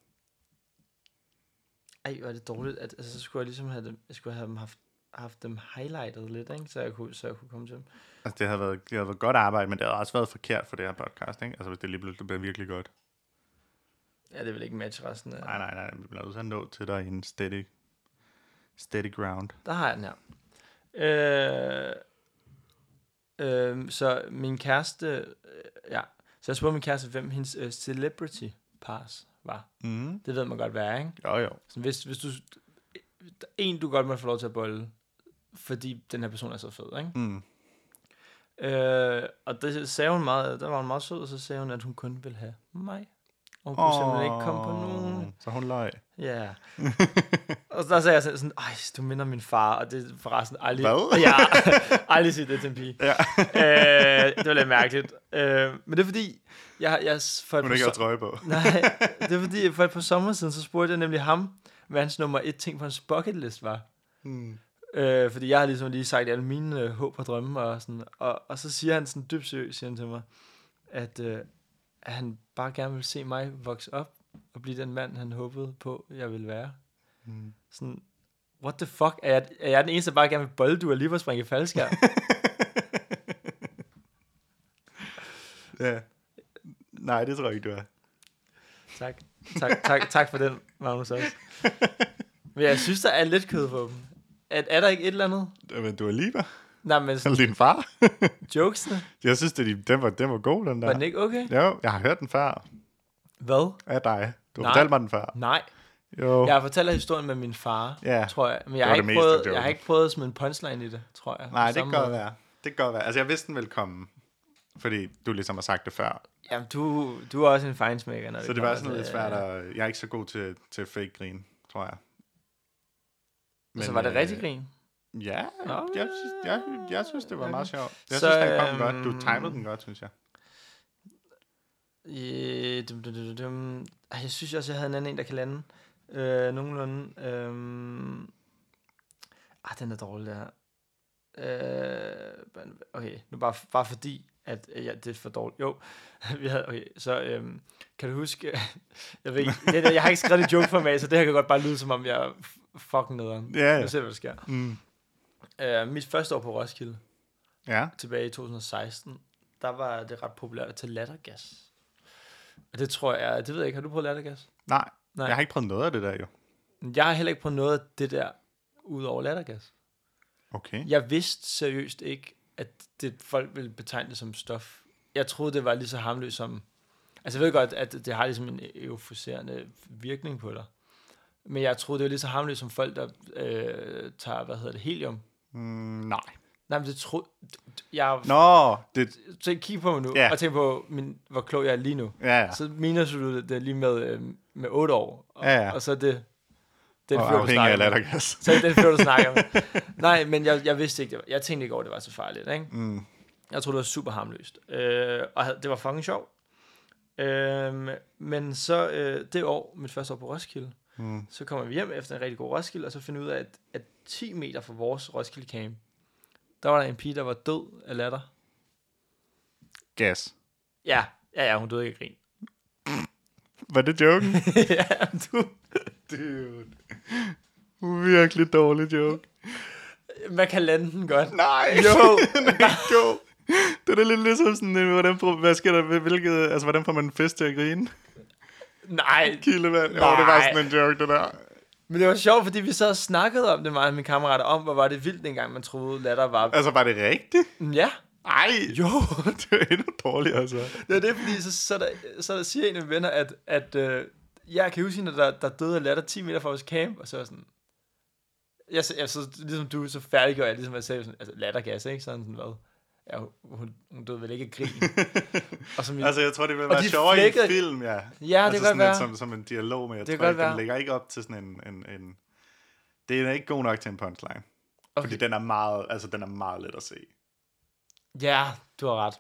S2: Ej, hvor er det dårligt. At, altså, så skulle jeg ligesom have dem, jeg skulle have dem haft, haft dem highlightet lidt, ikke? Så, jeg kunne, så jeg kunne komme til dem.
S1: Altså, det havde været, det havde været godt arbejde, men det havde også været forkert for det her podcast, ikke? Altså, hvis det lige pludselig bliver virkelig godt.
S2: Ja, det vil ikke matche resten af...
S1: Nej, nej, nej, vi bliver nødt til at nå til dig i en steady, steady ground.
S2: Der har jeg den her. Øh, øh, så min kæreste, øh, ja, Så jeg spurgte min kæreste, hvem hendes øh, celebrity pass var.
S1: Mm.
S2: Det ved man godt, hvad er, ikke?
S1: Jo, jo.
S2: Sådan, hvis, hvis du... Der er en, du godt måtte få lov til at bolle, fordi den her person er så fed, ikke?
S1: Mm.
S2: Øh, og det sagde hun meget, der var hun meget sød, og så sagde hun, at hun kun ville have mig. Og hun kunne oh. simpelthen ikke komme på nogen.
S1: Så hun løg.
S2: Ja. og der sagde jeg selv sådan, ej, du minder min far, og det er forresten aldrig...
S1: Hvad?
S2: ja, aldrig sige det til en pige.
S1: Ja.
S2: øh, det var lidt mærkeligt. Øh, men det er fordi, jeg, jeg for et
S1: Hun
S2: par
S1: har ikke
S2: so-
S1: haft trøje på.
S2: Nej, det er fordi, for et par sommer siden, så spurgte jeg nemlig ham, hvad hans nummer et ting på hans bucket list var.
S1: Mm.
S2: Øh, fordi jeg har ligesom lige sagt alle mine øh, håb og drømme, og, sådan, og, og så siger han sådan dybt seriøst siger han til mig, at, øh, at han bare gerne vil se mig vokse op og blive den mand, han håbede på, jeg ville være.
S1: Mm.
S2: Sådan, what the fuck? Er jeg, er jeg den eneste, der bare gerne vil bolde, du og lige for at springe i faldskærm?
S1: Ja. Nej, det tror jeg ikke, du er.
S2: tak, tak, tak, tak for den, Magnus også. Men jeg synes, der er lidt kød på dem. Er, er der ikke et eller andet?
S1: Men du er lige
S2: Nej, men sådan,
S1: Eller din far.
S2: jokesene,
S1: Jeg synes, det, den, var, den var god, den der.
S2: var den ikke okay?
S1: Jo, jeg har hørt den før
S2: Hvad?
S1: af dig. Du har
S2: Nej.
S1: fortalt mig den før.
S2: Nej.
S1: Jo.
S2: Jeg har fortalt historien med min far,
S1: Oh. Ja.
S2: tror jeg. Men
S1: var
S2: jeg har,
S1: det
S2: ikke
S1: meste
S2: prøvet,
S1: joken.
S2: jeg har ikke prøvet at smide en punchline i det, tror jeg.
S1: Nej,
S2: på
S1: det kan
S2: samme
S1: godt
S2: måde.
S1: være. Det kan godt være. Altså, jeg vidste, den ville komme. Fordi du ligesom har sagt det før.
S2: Jamen, du, du er også en fejnsmækker, når
S1: Så det
S2: kommer
S1: var sådan
S2: til-
S1: lidt svært, og jeg er ikke så god til, til fake grin, tror jeg.
S2: Så var det
S1: øh,
S2: rigtig grin?
S1: Ja,
S2: Nå,
S1: jeg synes, jeg, jeg synes det var
S2: okay.
S1: meget sjovt. Jeg
S2: Så,
S1: så, synes, den kom godt.
S2: øhm,
S1: Du timede den godt, synes jeg.
S2: Øh, dum, dum, dum, dum. Ej, Jeg synes også, jeg havde en anden en, der kan lande. Øh, nogenlunde. Øh, ah, den er dårlig, der. Øh, men- okay, nu bare, bare fordi, at øh, ja, det er for dårligt. Jo, vi havde, okay, så øhm, kan du huske, jeg ved ikke, det, der- jeg har ikke skrevet det i joke-format, så det her kan godt bare lyde, som om jeg er f- fucking nederen.
S1: Ja, ja.
S2: Nu ser vi, hvad der sker.
S1: Mm.
S2: Øh, mit første år på Roskilde,
S1: Ja.
S2: tilbage i 2016, der var det ret populært at tage lattergas. Og det tror jeg, det ved jeg ikke, har du prøvet lattergas?
S1: Nej,
S2: Nej.
S1: Nej, jeg har ikke prøvet noget af det der jo.
S2: Jeg har heller ikke prøvet noget af det der, ud over lattergas.
S1: Okay.
S2: Jeg vidste seriøst ikke, at det, folk ville betegne det som stof. Jeg troede, det var lige så harmløst som... Altså, jeg ved godt, at det har ligesom en euforiserende virkning på dig. Men jeg troede, det var lige så harmløst som folk, der øh, tager, hvad hedder det, helium.
S1: Mm, nej.
S2: Nej, men det troede... Jeg,
S1: Nå, det...
S2: så kig på mig nu,
S1: Ja.
S2: og tænk på, min, hvor klog jeg er lige nu.
S1: Ja, ja.
S2: Så minus du det lige med, øh, med 8 år, og,
S1: Ja, ja.
S2: og så er det den
S1: Og
S2: fyr, du
S1: afhængig af
S2: snakker med.
S1: lattergas.
S2: Så er det den fyr, du snakker med. Nej, men jeg, jeg vidste ikke, det var, jeg tænkte ikke over, at det var så farligt. Ikke?
S1: Mm.
S2: Jeg troede, det var super harmløst. Øh, og havde- det var fucking sjovt. Øh, men så øh, det år, mit første år på Roskilde,
S1: Mm.
S2: så kommer vi hjem efter en rigtig god Roskilde, og så finder vi ud af, at, at 10 meter fra vores Roskilde camp, der var der en pige, der var død af latter.
S1: Gas.
S2: Ja, ja, ja, hun døde ikke af grin.
S1: Var det joken?
S2: ja, du,
S1: Dude. Virkelig dårlig joke.
S2: man kan lande den godt.
S1: Nej.
S2: Jo.
S1: den er ikke god. Det er lidt ligesom sådan, øh, hvordan, får- hvad sker der, hvilket, altså, hvordan får man en fest til at grine?
S2: Nej,
S1: Kildevand. Jo, det var
S2: Nej.
S1: sådan en joke, det der.
S2: men det var sjovt, fordi vi sad og snakkede om det, mig og mine kammerater, om, hvor var det vildt dengang, man troede latter var... Mm,
S1: Altså, var det rigtigt?
S2: Ja,
S1: Ej.
S2: jo.
S1: Det var endnu dårligere, altså. så.
S2: Det er det, fordi så, så, der, så der siger en af mine venner, at, at øh, jeg kan huske, når der, der døde af latter 10 meter fra vores camp, og så var jeg sådan... Jeg, jeg, så, ligesom du, så færdiggjorde jeg, ligesom jeg sagde, sådan, altså lattergas, ikke? Sådan sådan, hvad? Ja, hun, hun døde vel ikke af grin. og så min,
S1: Altså, jeg tror, det ville
S2: Og
S1: være
S2: de
S1: sjovere i
S2: flækkede-
S1: en film, ja. Ja,
S2: det kan
S1: altså,
S2: godt
S1: sådan
S2: være.
S1: Et, som, som en dialog, men jeg
S2: Det kan
S1: tror
S2: godt
S1: ikke,
S2: være.
S1: den lægger ikke op til sådan en... en, en det er ikke god nok til en punchline. Okay. Fordi den er meget, altså den er meget let at se.
S2: Ja, du har ret.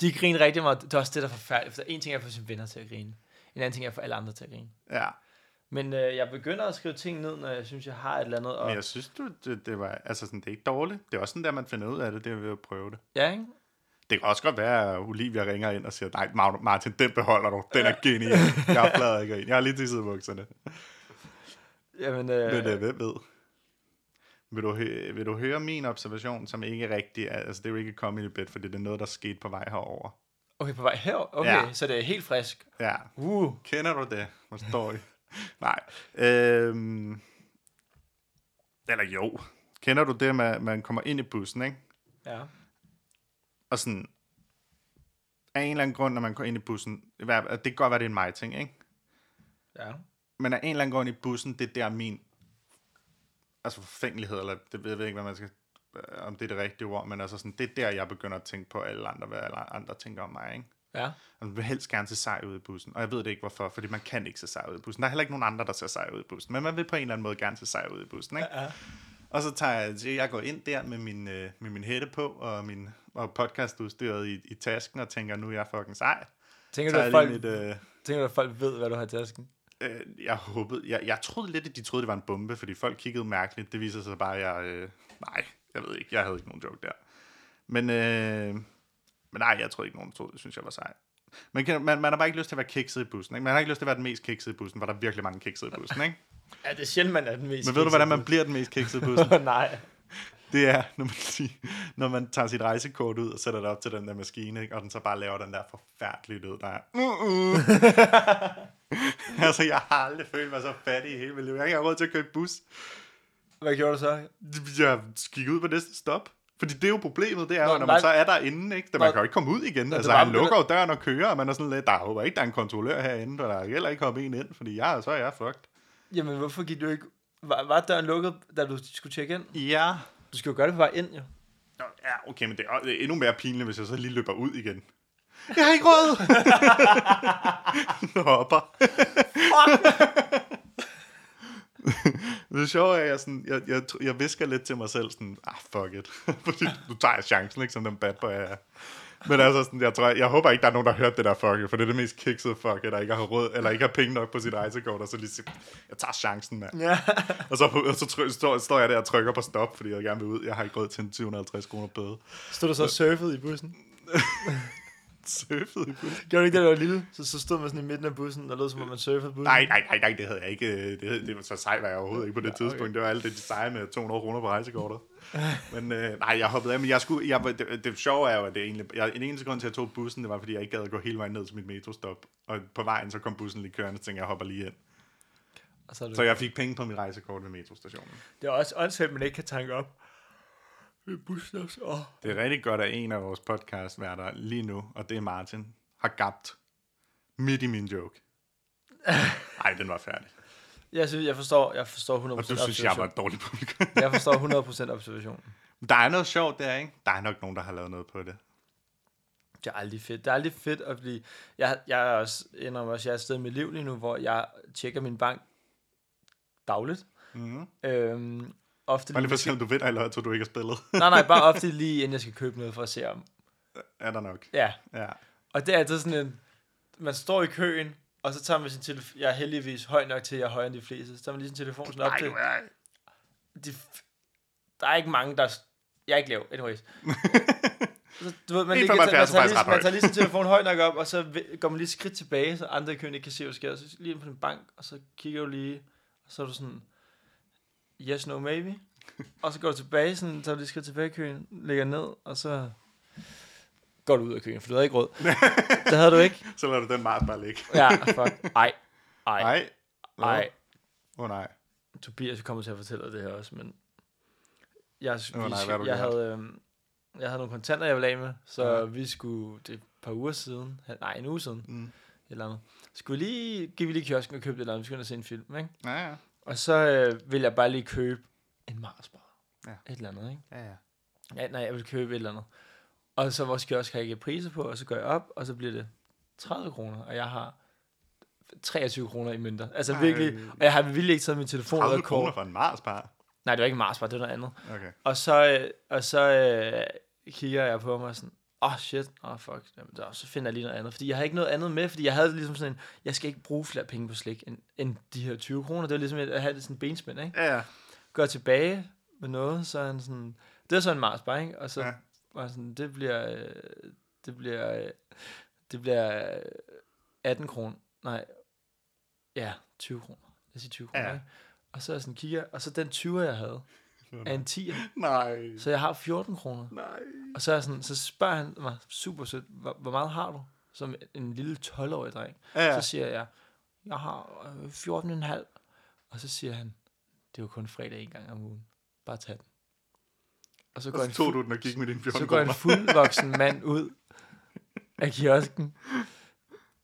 S2: De griner rigtig meget. Det er også det, der er forfærdeligt. For en ting er at få sine venner til at grine. En anden ting er at få alle andre til at grine.
S1: Ja,
S2: Men øh, jeg begynder at skrive ting ned, når jeg synes, jeg har et eller andet. Og,
S1: men jeg synes, du, det, det, var, altså sådan, det er ikke dårligt. Det er også sådan der, man finder ud af det, det er ved at prøve det.
S2: Ja, ikke?
S1: Det kan også godt være, at Olivia ringer ind og siger, nej, Magn- Martin, den beholder du. Den er genial. Jeg plader ikke ind. Jeg har lige tisset i bukserne.
S2: Jamen, øh,
S1: Men øh, hvem ved? Vil du, hø- vil du høre min observation, som ikke rigtig er, altså det er jo ikke et comedy bit, fordi det er noget, der skete på vej herover.
S2: okay, på vej herover. Okay, ja.
S1: Ja.
S2: så det er helt frisk.
S1: Ja,
S2: Uh,
S1: kender du det? Hvor står I? Nej. Øhm, eller jo. Kender du det, med, at man kommer ind i bussen, ikke?
S2: ja.
S1: Og sådan, af en eller anden grund, når man går ind i bussen, i hver- og det kan godt være, det er en mig-ting, ikke?
S2: Ja.
S1: Men af en eller anden grund i bussen, det er der min altså forfængelighed, eller det ved jeg ved ikke, hvad man skal, øh, om det er det rigtige ord, men altså sådan, det er der, jeg begynder at tænke på alle andre, hvad alle andre tænker om mig, ikke?
S2: Ja.
S1: Og man vil helst gerne se sej ud i bussen, og jeg ved det ikke hvorfor, fordi man kan ikke se sej ud i bussen. Der er heller ikke nogen andre, der ser sej ud i bussen, men man vil på en eller anden måde gerne se sej ud i bussen, ikke?
S2: ja.
S1: Og så tager jeg, så jeg går ind der med min, øh, med min hætte på, og min og podcastudstyret i, i tasken, og tænker, nu er jeg fucking sej.
S2: Tænker, du,
S1: Tager jeg
S2: at
S1: lige
S2: folk,
S1: mit, øh,
S2: tænker du, at folk ved, hvad du har i tasken?
S1: øh, jeg håbede, jeg, jeg troede lidt, at de troede, det var en bombe, fordi folk kiggede mærkeligt. Det viser sig bare, at jeg, øh, nej, jeg ved ikke, jeg havde ikke nogen joke der. Men, øh, men nej, jeg troede ikke, nogen troede, synes jeg var sej. Man, kan, man, man har bare ikke lyst til at være kikset i bussen. Ikke? Man har ikke lyst til at være den mest kiksede i bussen, for der er virkelig mange kiksede i bussen. Ikke?
S2: Ja, det er sjældent, man er den mest
S1: Men ved du, hvordan man bliver den mest kiksede i bussen?
S2: Nej.
S1: Det er, når man, lige- når man tager sit rejsekort ud og sætter det op til den der maskine, ikke? og den så bare laver den der forfærdelige lyd, der er... "Uh-uh." altså, jeg har aldrig følt mig så fattig i hele mit liv. Jeg har ikke råd til at køre i bus.
S2: Hvad gjorde du så?
S1: Jeg gik ud på næste stop. Fordi det er jo problemet, det er
S2: Nå,
S1: jo, når man
S2: nej.
S1: så er derinde, ikke? Da man
S2: Nå.
S1: kan jo ikke komme ud igen. altså,
S2: var
S1: han
S2: det
S1: lukker jo døren og kører, og man er sådan lidt, der håber ikke, der er en kontrollør herinde, og der er heller ikke kommet en ind, fordi jeg, så er jeg fucked.
S2: Jamen, hvorfor gik du ikke... Var, var døren lukket, da du skulle tjekke ind?
S1: Ja.
S2: Du skulle jo gøre det på vej ind, jo.
S1: Nå, ja, okay, men det er også- det er endnu mere pinligt, hvis jeg så lige løber ud igen. Jeg har ikke råd! Nu hopper. det sjove er, at jeg, sådan, jeg, jeg, tr- jeg visker lidt til mig selv, sådan, ah, fuck it. Fordi nu tager jeg chancen, ikke, som den bad boy jeg er. Men altså, sådan, jeg, tror, jeg, jeg håber ikke, der er nogen, der har hørt det der fuck it, for det er det mest kiksede fuck it, der ikke har råd, eller ikke har penge nok på sit rejsekort, og så lige siger, jeg tager chancen, mand.
S2: Ja.
S1: Og så, og så try, står, står jeg der og trykker på stop, fordi jeg gerne vil ud. Jeg har ikke råd til en 750 kroner bøde.
S2: Stod du så og surfede i bussen?
S1: Surfede i bussen?
S2: Gjorde du ikke det, da du var lille? Så, så stod man sådan i midten af bussen, og lød som om man surfede bussen.
S1: Nej, nej, nej, nej, det havde jeg ikke. øh, Det, havde, det var så sej, var jeg overhovedet ikke på det
S2: okay.
S1: tidspunkt. Det var alt det, de seje med 200 kroner på rejsekortet. Men øh, nej, jeg hoppede af, men jeg skulle, jeg, var- det, det, sjove er jo, at det egentlig, jeg, en eneste grund til, at jeg tog bussen, det var, fordi jeg ikke gad at gå hele vejen ned til mit metrostop. Og på vejen, så kom bussen lige kørende, så tænkte jeg, jeg hopper lige ind.
S2: Og så er
S1: Så
S2: det,
S1: jeg fik penge på mit rejsekort ved metrostationen.
S2: det er også åndssvagt, at man ikke kan tanke op. Ved bussen også. Åh.
S1: Det er rigtig godt, at en af vores podcastværter lige nu, og det er Martin, har gabt midt i min joke. Nej, den var færdig.
S2: Jeg, synes, jeg forstår, jeg forstår 100%
S1: Og du synes, jeg var et dårligt publikum.
S2: jeg forstår 100% observationen.
S1: Der er noget sjovt der, ikke? Der er nok nogen, der har lavet noget på det.
S2: Det er aldrig fedt. Det er aldrig fedt at blive... Jeg, jeg er også, indrømmer også, jeg er et sted i mit liv lige nu, hvor jeg tjekker min bank dagligt.
S1: Mm-hmm.
S2: Øhm, ofte
S1: Bare lige for
S2: lige,
S1: at se, om du vinder eller tror du ikke har spillet.
S2: nej, nej, bare ofte lige inden jeg skal købe noget for at se om.
S1: er der nok.
S2: Ja,
S1: Ja.
S2: og det er altid sådan en... Man står i køen, og så tager man sin telefon... Jeg er heldigvis høj nok til, at jeg er højere end de fleste. Så tager man lige sin telefon sådan op
S1: Nej,
S2: til...
S1: nej.
S2: De, f- der er ikke mange, der... Jeg er ikke lav, anyways. Så, du ved, man, lige, man,
S1: 1,75 er
S2: tager, man, tager
S1: faktisk
S2: lige,
S1: ret
S2: man
S1: højt.
S2: tager lige sin telefon højt nok op, og så ve- går man lige et skridt tilbage, så andre i køen ikke kan se, hvad der sker. Og så lige ind på din bank, og så kigger du lige, og så er du sådan, yes, no, maybe. Og så går du tilbage, sådan, tager du lige et skridt tilbage i køen, lægger ned, og så går du ud af køen, for du havde ikke råd. det havde du ikke.
S1: Så lader du den meget bare ligge.
S2: Ja, fuck. Ej, ej,
S1: Nej. Nå.
S2: ej.
S1: Åh oh, nej.
S2: Tobias kommer til at fortælle dig det her også, men jeg,
S1: Åh,
S2: oh,
S1: nej,
S2: vi,
S1: hvad har
S2: nej,
S1: du
S2: jeg,
S1: gjort?
S2: havde, øhm, jeg havde nogle kontanter, jeg ville af med, så
S1: Ja.
S2: ja. vi skulle, det er et par uger siden, hal- nej, en uge siden, et
S1: Mm.
S2: eller andet, skulle vi lige, gik vi lige i kiosken og købte et eller andet, vi skulle ind og se en film, ikke?
S1: Ja, ja.
S2: Og så øh, ville jeg bare lige købe en Marsbar,
S1: Ja.
S2: ja. et eller andet, ikke?
S1: ja, ja.
S2: Ja, nej, jeg vil købe et eller andet. Og så vores kiosk har ikke priser på, og så går jeg op, og så bliver det 30 kroner, og jeg har 23 kroner i mønter. Altså
S1: Ej.
S2: virkelig, og jeg har virkelig ikke taget min telefon ud
S1: 30
S2: af kort.
S1: kroner for en Mars bare.
S2: Nej, det var ikke en Marsbar, det var noget andet.
S1: Okay.
S2: Og så, øh, og så øh, kigger jeg på mig sådan, åh oh, shit, åh oh, fuck, Jamen, der, så finder jeg lige noget andet. Fordi jeg havde ikke noget andet med, fordi jeg havde ligesom sådan en, jeg skal ikke bruge flere penge på slik, end, end de her 20 kroner. Det var ligesom at have det sådan en benspænd, ikke?
S1: Ja, ja.
S2: Går jeg tilbage med noget, så er han sådan, det er så en Mars bare, ikke? Og så
S1: Ja.
S2: ja. var han sådan, det bliver, øh, det bliver, øh, det bliver øh, 18 kroner. Nej, ja, 20 kroner. Jeg siger 20 kroner,
S1: Ja.
S2: ja. ikke? Og så er jeg sådan, kigger, og så den 20'er, jeg havde, er en 10'er.
S1: Nej.
S2: Så jeg har 14 kroner.
S1: Nej.
S2: Og så, er jeg sådan, så spørger han mig super sødt, hvor, hvor meget har du? Som en lille 12-årig dreng.
S1: Ja, ja.
S2: Så siger jeg, jeg har øh, 14,5. Og så siger han, det er jo kun fredag en gang om ugen. Bare tag den. Og så
S1: Og
S2: går,
S1: så
S2: en,
S1: tog du
S2: fu-
S1: den og gik med din 14
S2: så går en
S1: kroner.
S2: fuldvoksen mand ud af kiosken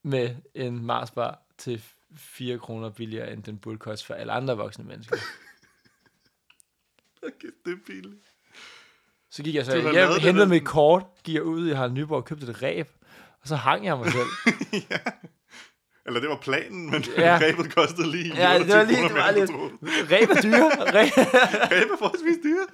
S2: med en Marsbar til 4 kroner billigere, end den burde koste for alle andre voksne mennesker.
S1: Okay, det er pinligt.
S2: Så gik jeg så
S1: Du har
S2: hjem,
S1: lavet det
S2: hentede
S1: der.
S2: mit kort, gik jeg ud i Harald Nyborg og købte et ræb, og så hang jeg mig selv.
S1: ja. Eller det var planen, men
S2: Ja.
S1: ja. grebet kostede lige
S2: ja, det var lige, det var lige, ræb er dyre. Ræb.
S1: Greb er forholdsvis dyre.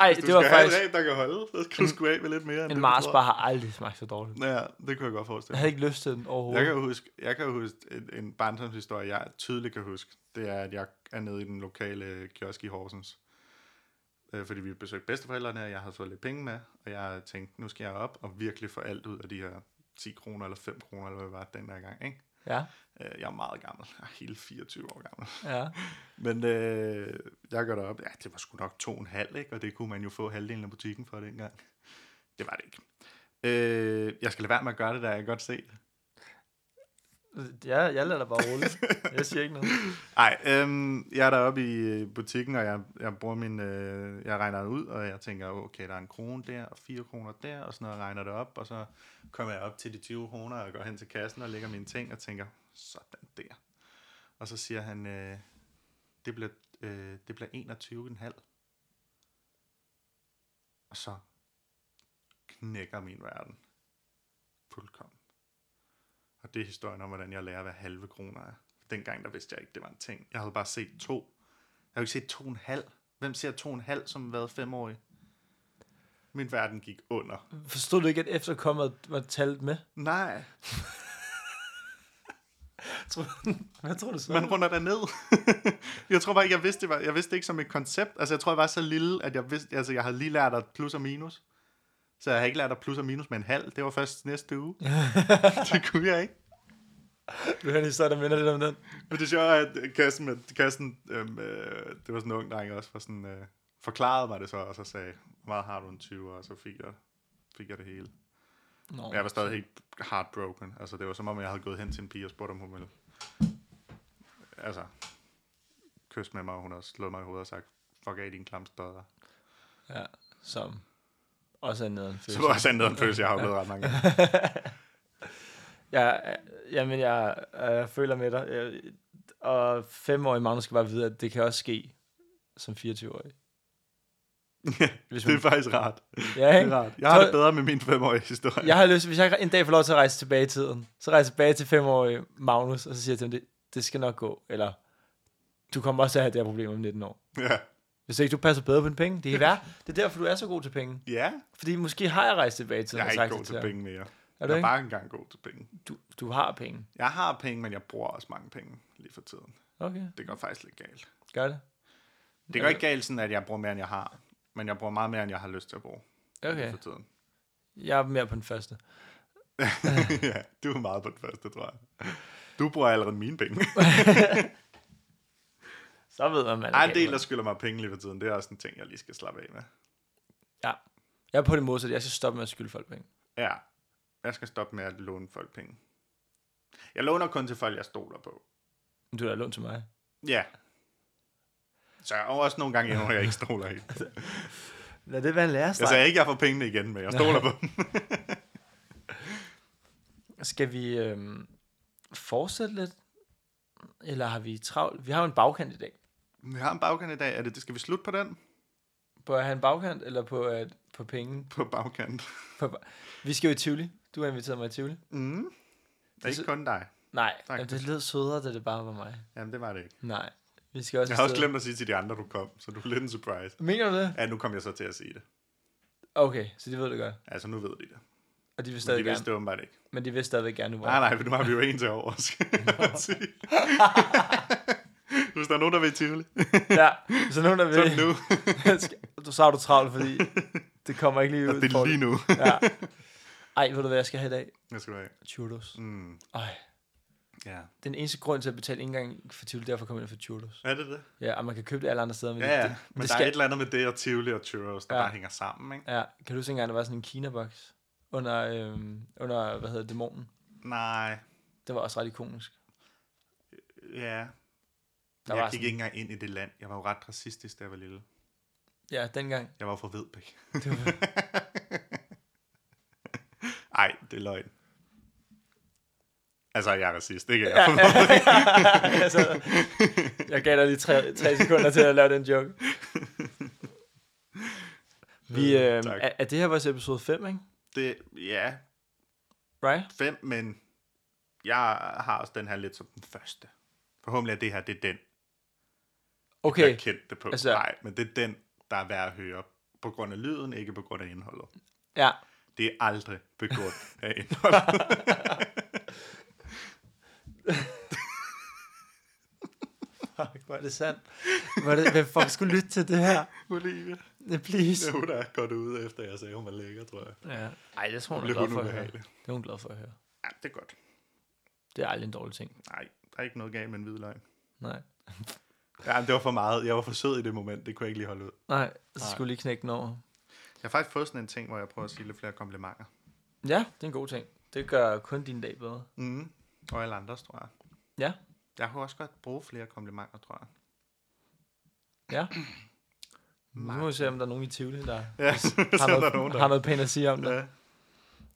S2: Ej,
S1: Du
S2: det var
S1: skal have
S2: faktisk,
S1: en ræb, der kan holde. Så skal du sgu af med lidt mere. end
S2: en
S1: det, du
S2: Mars
S1: tror.
S2: bare har aldrig smagt så dårligt.
S1: Ja, det kunne jeg godt forestille
S2: Jeg havde ikke lyst til den overhovedet.
S1: Jeg kan jo huske, jeg kan jo huske en, en barndomshistorie, jeg tydeligt kan huske. Det er, at jeg er nede i den lokale kiosk i Horsens. Øh, fordi vi besøgte bedsteforældrene, og jeg havde fået lidt penge med. Og jeg tænkte, nu skal jeg op og virkelig få alt ud af de her 10 kroner eller 5 kroner, eller hvad det var den der gang. Ikke?
S2: Ja,
S1: Øh, jeg er meget gammel. Jeg er hele 24 år gammel.
S2: ja.
S1: Men øh, jeg går derop. Ja, det var sgu nok 2,5, ikke? Og det kunne man jo få halvdelen af butikken for dengang. Det var det ikke. Øh, jeg skal lade være med at gøre det, der jeg kan godt se.
S2: Jeg, jeg lader dig bare rulle. Jeg siger ikke noget.
S1: Nej, øhm, jeg er deroppe i øh, butikken, og jeg, jeg bruger min, øh, jeg regner det ud, og jeg tænker, okay, der er en krone der, og fire kroner der, og sådan noget, jeg regner det op, og så kommer jeg op til de 20 kroner, og går hen til kassen og lægger mine ting, og tænker, sådan der. Og så siger han, øh, det bliver, øh, det bliver 21,5. Og så knækker min verden. Fuldkommen. Og det er historien om, hvordan jeg lærer, hvad halve kroner er. Dengang, der vidste jeg ikke, det var en ting. Jeg havde bare set to. Jeg havde ikke set to og en halv. Hvem ser to og en halv, som har været femårig? Min verden gik under.
S2: Forstod du ikke, at efterkommet var talt med?
S1: Nej,
S2: Tror- Hvad tror du så?
S1: man runder der ned. jeg tror bare ikke, jeg vidste, det var, jeg vidste det ikke som et koncept. Altså, jeg tror, jeg var så lille, at jeg vidste, altså, jeg havde lige lært at plus og minus. Så jeg havde ikke lært at plus og minus med en halv. Det var først næste uge. det kunne jeg ikke.
S2: Du hører en historie, der minder lidt om den.
S1: Men det sjove er, at Kassen, med, Kassen øhm, øh, det var sådan en ung dreng også, var sådan, øh, forklarede mig det så, og så sagde, hvor meget har du en 20 og så fik jeg, fik jeg det hele.
S2: Nå.
S1: Men jeg var stadig helt heartbroken. Altså, det var som om, jeg havde gået hen til en pige og spurgt, om hun ville... Altså, kys med mig, og hun har slået mig i hovedet og sagt, fuck af din klamme stodder.
S2: Ja, som også er nederen
S1: Så det var også en nederen følelse, jeg har oplevet ret mange gange.
S2: Jeg, jamen, jeg, øh, jeg føler med dig. Jeg, og femårig Magnus skal bare vide, at det kan også ske som 24-årig. Hvis
S1: det er faktisk rart.
S2: Ja,
S1: Det
S2: ikke?
S1: er rart. Jeg har
S2: Så-
S1: det bedre med min femårige historie.
S2: Jeg har lyst, hvis jeg en dag får lov til at rejse tilbage i tiden, så rejser jeg tilbage til femårig Magnus, og så siger jeg til ham, det, det skal nok gå, eller du kommer også til at have det her problem om 19 år.
S1: Ja.
S2: Hvis ikke du passer bedre på dine penge, det kan være. Det er derfor, du er så god til penge.
S1: ja.
S2: Fordi måske har jeg rejst tilbage i tiden
S1: Jeg
S2: og
S1: er
S2: sagt
S1: ikke god
S2: det
S1: til
S2: ham.
S1: penge mere.
S2: Er
S1: Er
S2: du
S1: jeg er
S2: ikke?
S1: bare engang god til penge.
S2: Du, du har penge.
S1: Jeg har penge, men jeg bruger også mange penge lige for tiden.
S2: Okay,
S1: Det går faktisk lidt galt.
S2: gør det.
S1: Det går ikke galt sådan, at jeg bruger mere, end jeg har. Men jeg bruger meget mere, end jeg har lyst til at bruge lige
S2: Okay,
S1: for tiden.
S2: jeg er mere på den første.
S1: ja, du er meget på den første, tror jeg. Du bruger allerede mine penge.
S2: Så ved man, man er
S1: Ej, en
S2: gal,
S1: del,
S2: mand.
S1: der skylder mig penge lige for tiden. Det er også en ting, jeg lige skal slappe af med.
S2: Ja. Jeg er på det modsatte. Jeg skal stoppe med at skylde folk penge.
S1: Ja, jeg skal stoppe med at låne folk penge. Jeg låner kun til folk, jeg stoler på.
S2: Men Du har da lånt til mig.
S1: Ja. Så jeg er også nogle gange, hvor jeg ikke stoler helt.
S2: Lad det være en
S1: Jeg
S2: lærestreg.
S1: sagde ikke, jeg får pengene igen, men jeg stoler på dem.
S2: Skal vi øhm, fortsætte lidt? Eller har vi travlt? Vi har jo en bagkant i dag.
S1: Vi har en bagkant i dag. Er det, det- skal vi slutte på den?
S2: På at have en bagkant, eller på, at, på penge?
S1: På bagkant.
S2: På, ba- vi skal jo i Tivoli. Du har inviteret mig i Tivoli.
S1: Mm. Det er
S2: Altså-
S1: ikke kun dig.
S2: Nej,
S1: Tak.
S2: jamen, det lød sødere, da det bare var mig.
S1: Jamen, det var det ikke.
S2: Nej. Vi skal også
S1: Jeg har også glemt at sige til de andre, du kom, så du er lidt en surprise.
S2: Mener du det?
S1: Ja, nu kom jeg så til at sige det.
S2: Okay, så de ved det godt.
S1: Altså, nu ved de det.
S2: Og de vil
S1: Men
S2: stadig
S1: de
S2: gerne.
S1: vidste Ah. det åbenbart ikke.
S2: Men de vil stadigvæk gerne, hvor
S1: Nej, nej, for nu har vi jo en til over, skal jeg sige. Hvis der er nogen, der vil i Tivoli,
S2: Ja, så nogen der
S1: så er det
S2: vil.
S1: nu.
S2: du så har du travlt, fordi det kommer ikke lige ud.
S1: det
S2: for
S1: er
S2: dig.
S1: lige nu.
S2: ja. Ej, ved du hvad jeg skal have i dag?
S1: Hvad skal du have?
S2: Churros.
S1: Mm,
S2: Ej,
S1: ja.
S2: den eneste grund til at betale ikke engang for Tivoli, derfor kommer jeg ind for churros.
S1: Er det det?
S2: Ja, og man kan købe det alle andre steder. Men
S1: Ja,
S2: det,
S1: ja.
S2: det,
S1: Men
S2: det
S1: der er
S2: skal,
S1: et eller andet med det og Tivoli og Churros, der
S2: Ja.
S1: bare hænger sammen, ikke?
S2: Ja, kan du huske engang, der var sådan en Kina-boks under, øhm, under, hvad hedder det, dæmonen?
S1: Nej,
S2: Det var også ret ikonisk.
S1: ja.
S2: Der
S1: jeg
S2: var
S1: gik
S2: sådan-
S1: ikke engang ind i det land. Jeg var jo ret racistisk, da jeg var lille.
S2: Ja, dengang.
S1: Jeg var fra Vedbæk.
S2: Det var,
S1: Ej, det er løgn. Altså, jeg er racist, det kan jeg.
S2: Ja,
S1: Ja, ja.
S2: altså, jeg gav dig lige tre, tre sekunder til at lave den joke. Vi, øh,
S1: Øh, tak.
S2: er, er det her vores episode 5, ikke?
S1: Det, ja,
S2: Right?
S1: fem, men jeg har også den her lidt som den første. Forhåbentlig er det her, det er den, okay.
S2: Okay,
S1: jeg kendte det på.
S2: Altså-
S1: Altså, Nej, men det er den, der er værd at høre. På grund af lyden, ikke på grund af indholdet.
S2: ja.
S1: Det er aldrig på grund af indholdet.
S2: Fuck, hvor er det sandt. Hvor er det, hvem fuck skulle lytte til det her?
S1: Olivia.
S2: Please.
S1: Det hun er godt ude, efter jeg sagde, hun var lækker, tror jeg.
S2: Ja. Ej, det tror hun er
S1: Blev
S2: glad
S1: hun
S2: for at høre.
S1: ubehagelig.
S2: Det er hun glad for at høre.
S1: Ja, det er godt.
S2: Det er aldrig en dårlig ting.
S1: Nej, der er ikke noget galt med en hvid løgn.
S2: Nej.
S1: Ja, men det var for meget. Jeg var for sød i det moment. Det kunne jeg ikke lige holde ud.
S2: Nej, så
S1: Nej.
S2: skulle jeg lige knække den over.
S1: Jeg har faktisk fået sådan en ting, hvor jeg prøver at sige lidt flere komplimenter.
S2: Ja, det er en god ting. Det gør kun din dag bedre.
S1: Mm. Og alle andres, tror jeg.
S2: Ja.
S1: Jeg kunne også godt bruge flere komplimenter, tror jeg.
S2: Ja. Nu må vi se, om der er nogen i Tivoli, der
S1: Ja, så
S2: har,
S1: er
S2: noget,
S1: der nogen, der...
S2: har noget pænt at sige om det.
S1: Ja.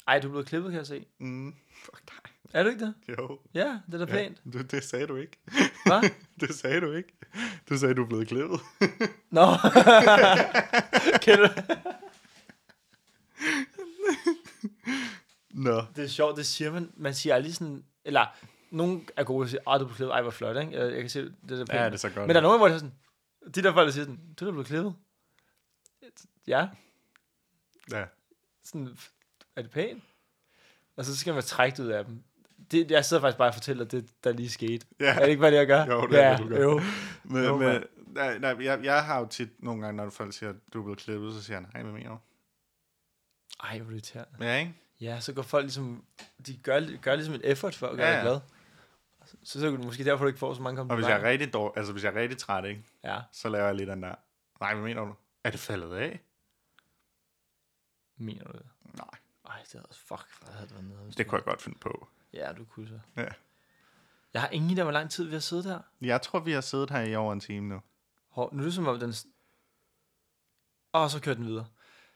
S2: Ej, du er blevet klippet, kan jeg se.
S1: Mm. Fuck dig.
S2: Er du ikke det?
S1: Jo.
S2: Ja, det er da pænt.
S1: Ja, du, det sagde du ikke.
S2: Hvad?
S1: Det sagde du ikke. Du sagde, du er blevet klippet.
S2: Nå. Kender du?
S1: Nå.
S2: Det er sjovt, det siger man. Man siger aldrig sådan... Eller, nogen er gode til at sige, ah, du er blevet klippet. Ej, hvor flot, ikke? Øh, Jeg kan se, det der pænt.
S1: Ja, det er så godt.
S2: Men der er nogen, hvor det er sådan... De der folk, der siger sådan, du er da blevet klippet. Ja.
S1: Ja.
S2: sådan, er det pænt? Og så skal man trække det ud af dem. Det, jeg sidder faktisk bare og fortæller det, der lige skete.
S1: Ja.
S2: Er det ikke, hvad det jeg gør?
S1: Jo, det er
S2: ja,
S1: det, du gør.
S2: Jo.
S1: Men,
S2: Jo,
S1: jo, men nej, nej, jeg, jeg har jo tit nogle gange, når folk siger, du er blevet klippet, så siger jeg, nej, hvad mener du?
S2: Ej, hvor irriterende.
S1: Ja, ikke?
S2: Ja, så går folk ligesom, de gør, gør ligesom et effort for at gøre
S1: Ja,
S2: ja. dig
S1: ja.
S2: glad. Så, så er det måske derfor, du ikke får så mange
S1: Og hvis
S2: kommentarer.
S1: jeg er rigtig dårlig, altså hvis jeg er rigtig træt, ikke,
S2: Ja,
S1: så laver jeg lige den der, nej, hvad mener du? Er det faldet af?
S2: mener du det?
S1: Nej,
S2: Ej, det er også fuck, hvor havde det været nede. hvis
S1: det
S2: du-
S1: kunne jeg godt finde på.
S2: Ja, du kunne så.
S1: Ja.
S2: Jeg har ingen idé, om, hvor lang tid vi har siddet her.
S1: Jeg tror, vi har siddet her i over en time nu.
S2: Hov, nu er det som om den... s- Og så kører den videre.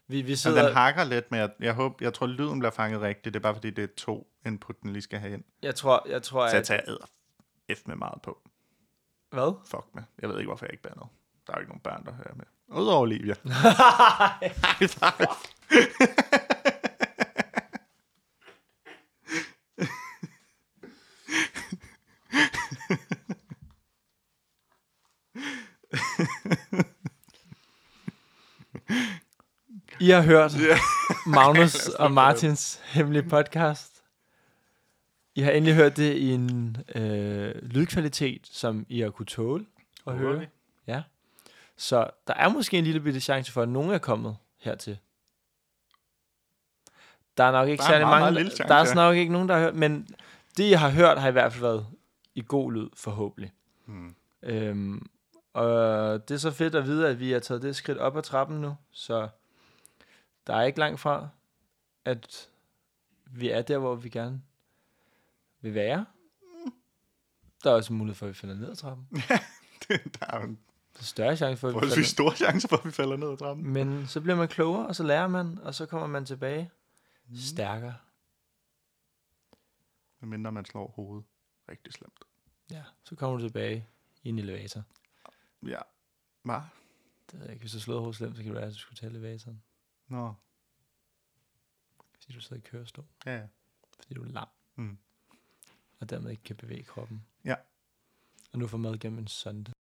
S2: Vi, vi
S1: Så
S2: sidder...
S1: den hakker lidt, men jeg, jeg, håber, jeg tror, lyden bliver fanget rigtigt. Det er bare, fordi det er to input, den lige skal have ind.
S2: Jeg tror, jeg tror,
S1: Så jeg
S2: at...
S1: tager æder F med meget på.
S2: Hvad?
S1: Fuck med. Jeg ved ikke, hvorfor jeg ikke bærer noget. Der er jo ikke nogen børn, der hører med. Udover Olivia. High five.
S2: I har hørt
S1: Ja.
S2: Magnus og Martins hemmelige podcast. I har endelig hørt det i en øh, lydkvalitet, som I har kunne tåle at
S1: Håber
S2: høre.
S1: vi.
S2: Ja. Så der er måske en lille bitte chance for, at nogen er kommet hertil. Der er nok ikke
S1: Der er en
S2: særlig
S1: meget,
S2: mange,
S1: meget lille chance,
S2: der er
S1: ja.
S2: sådan nok ikke nogen, der har hørt, men det, I har hørt, har i hvert fald været i god lyd, forhåbentlig.
S1: Hmm.
S2: Øhm, og det er så fedt at vide, at vi har taget det skridt op ad trappen nu, så der er ikke langt fra, at vi er der, hvor vi gerne vil være. Der er også mulighed for, at vi falder ned ad trappen.
S1: der er jo en
S2: Der er større chance for, at vi falder
S1: forholdsvis stor chance for, at vi falder ned ad trappen.
S2: Men så bliver man klogere, og så lærer man, og så kommer man tilbage
S1: Mm.
S2: stærkere.
S1: Medmindre man slår hovedet rigtig slemt.
S2: Ja, så kommer du tilbage i en elevator.
S1: Ja. Hvad?
S2: Det ved jeg ikke. Hvis du slår hovedet slemt, så kan det være, at du skulle tage elevatoren.
S1: Nå.
S2: Fordi du sidder i kørestol.
S1: Ja, ja.
S2: Fordi du er lam.
S1: Mm.
S2: Og dermed ikke kan bevæge kroppen.
S1: Ja.
S2: Og nu får mad gennem en sonde.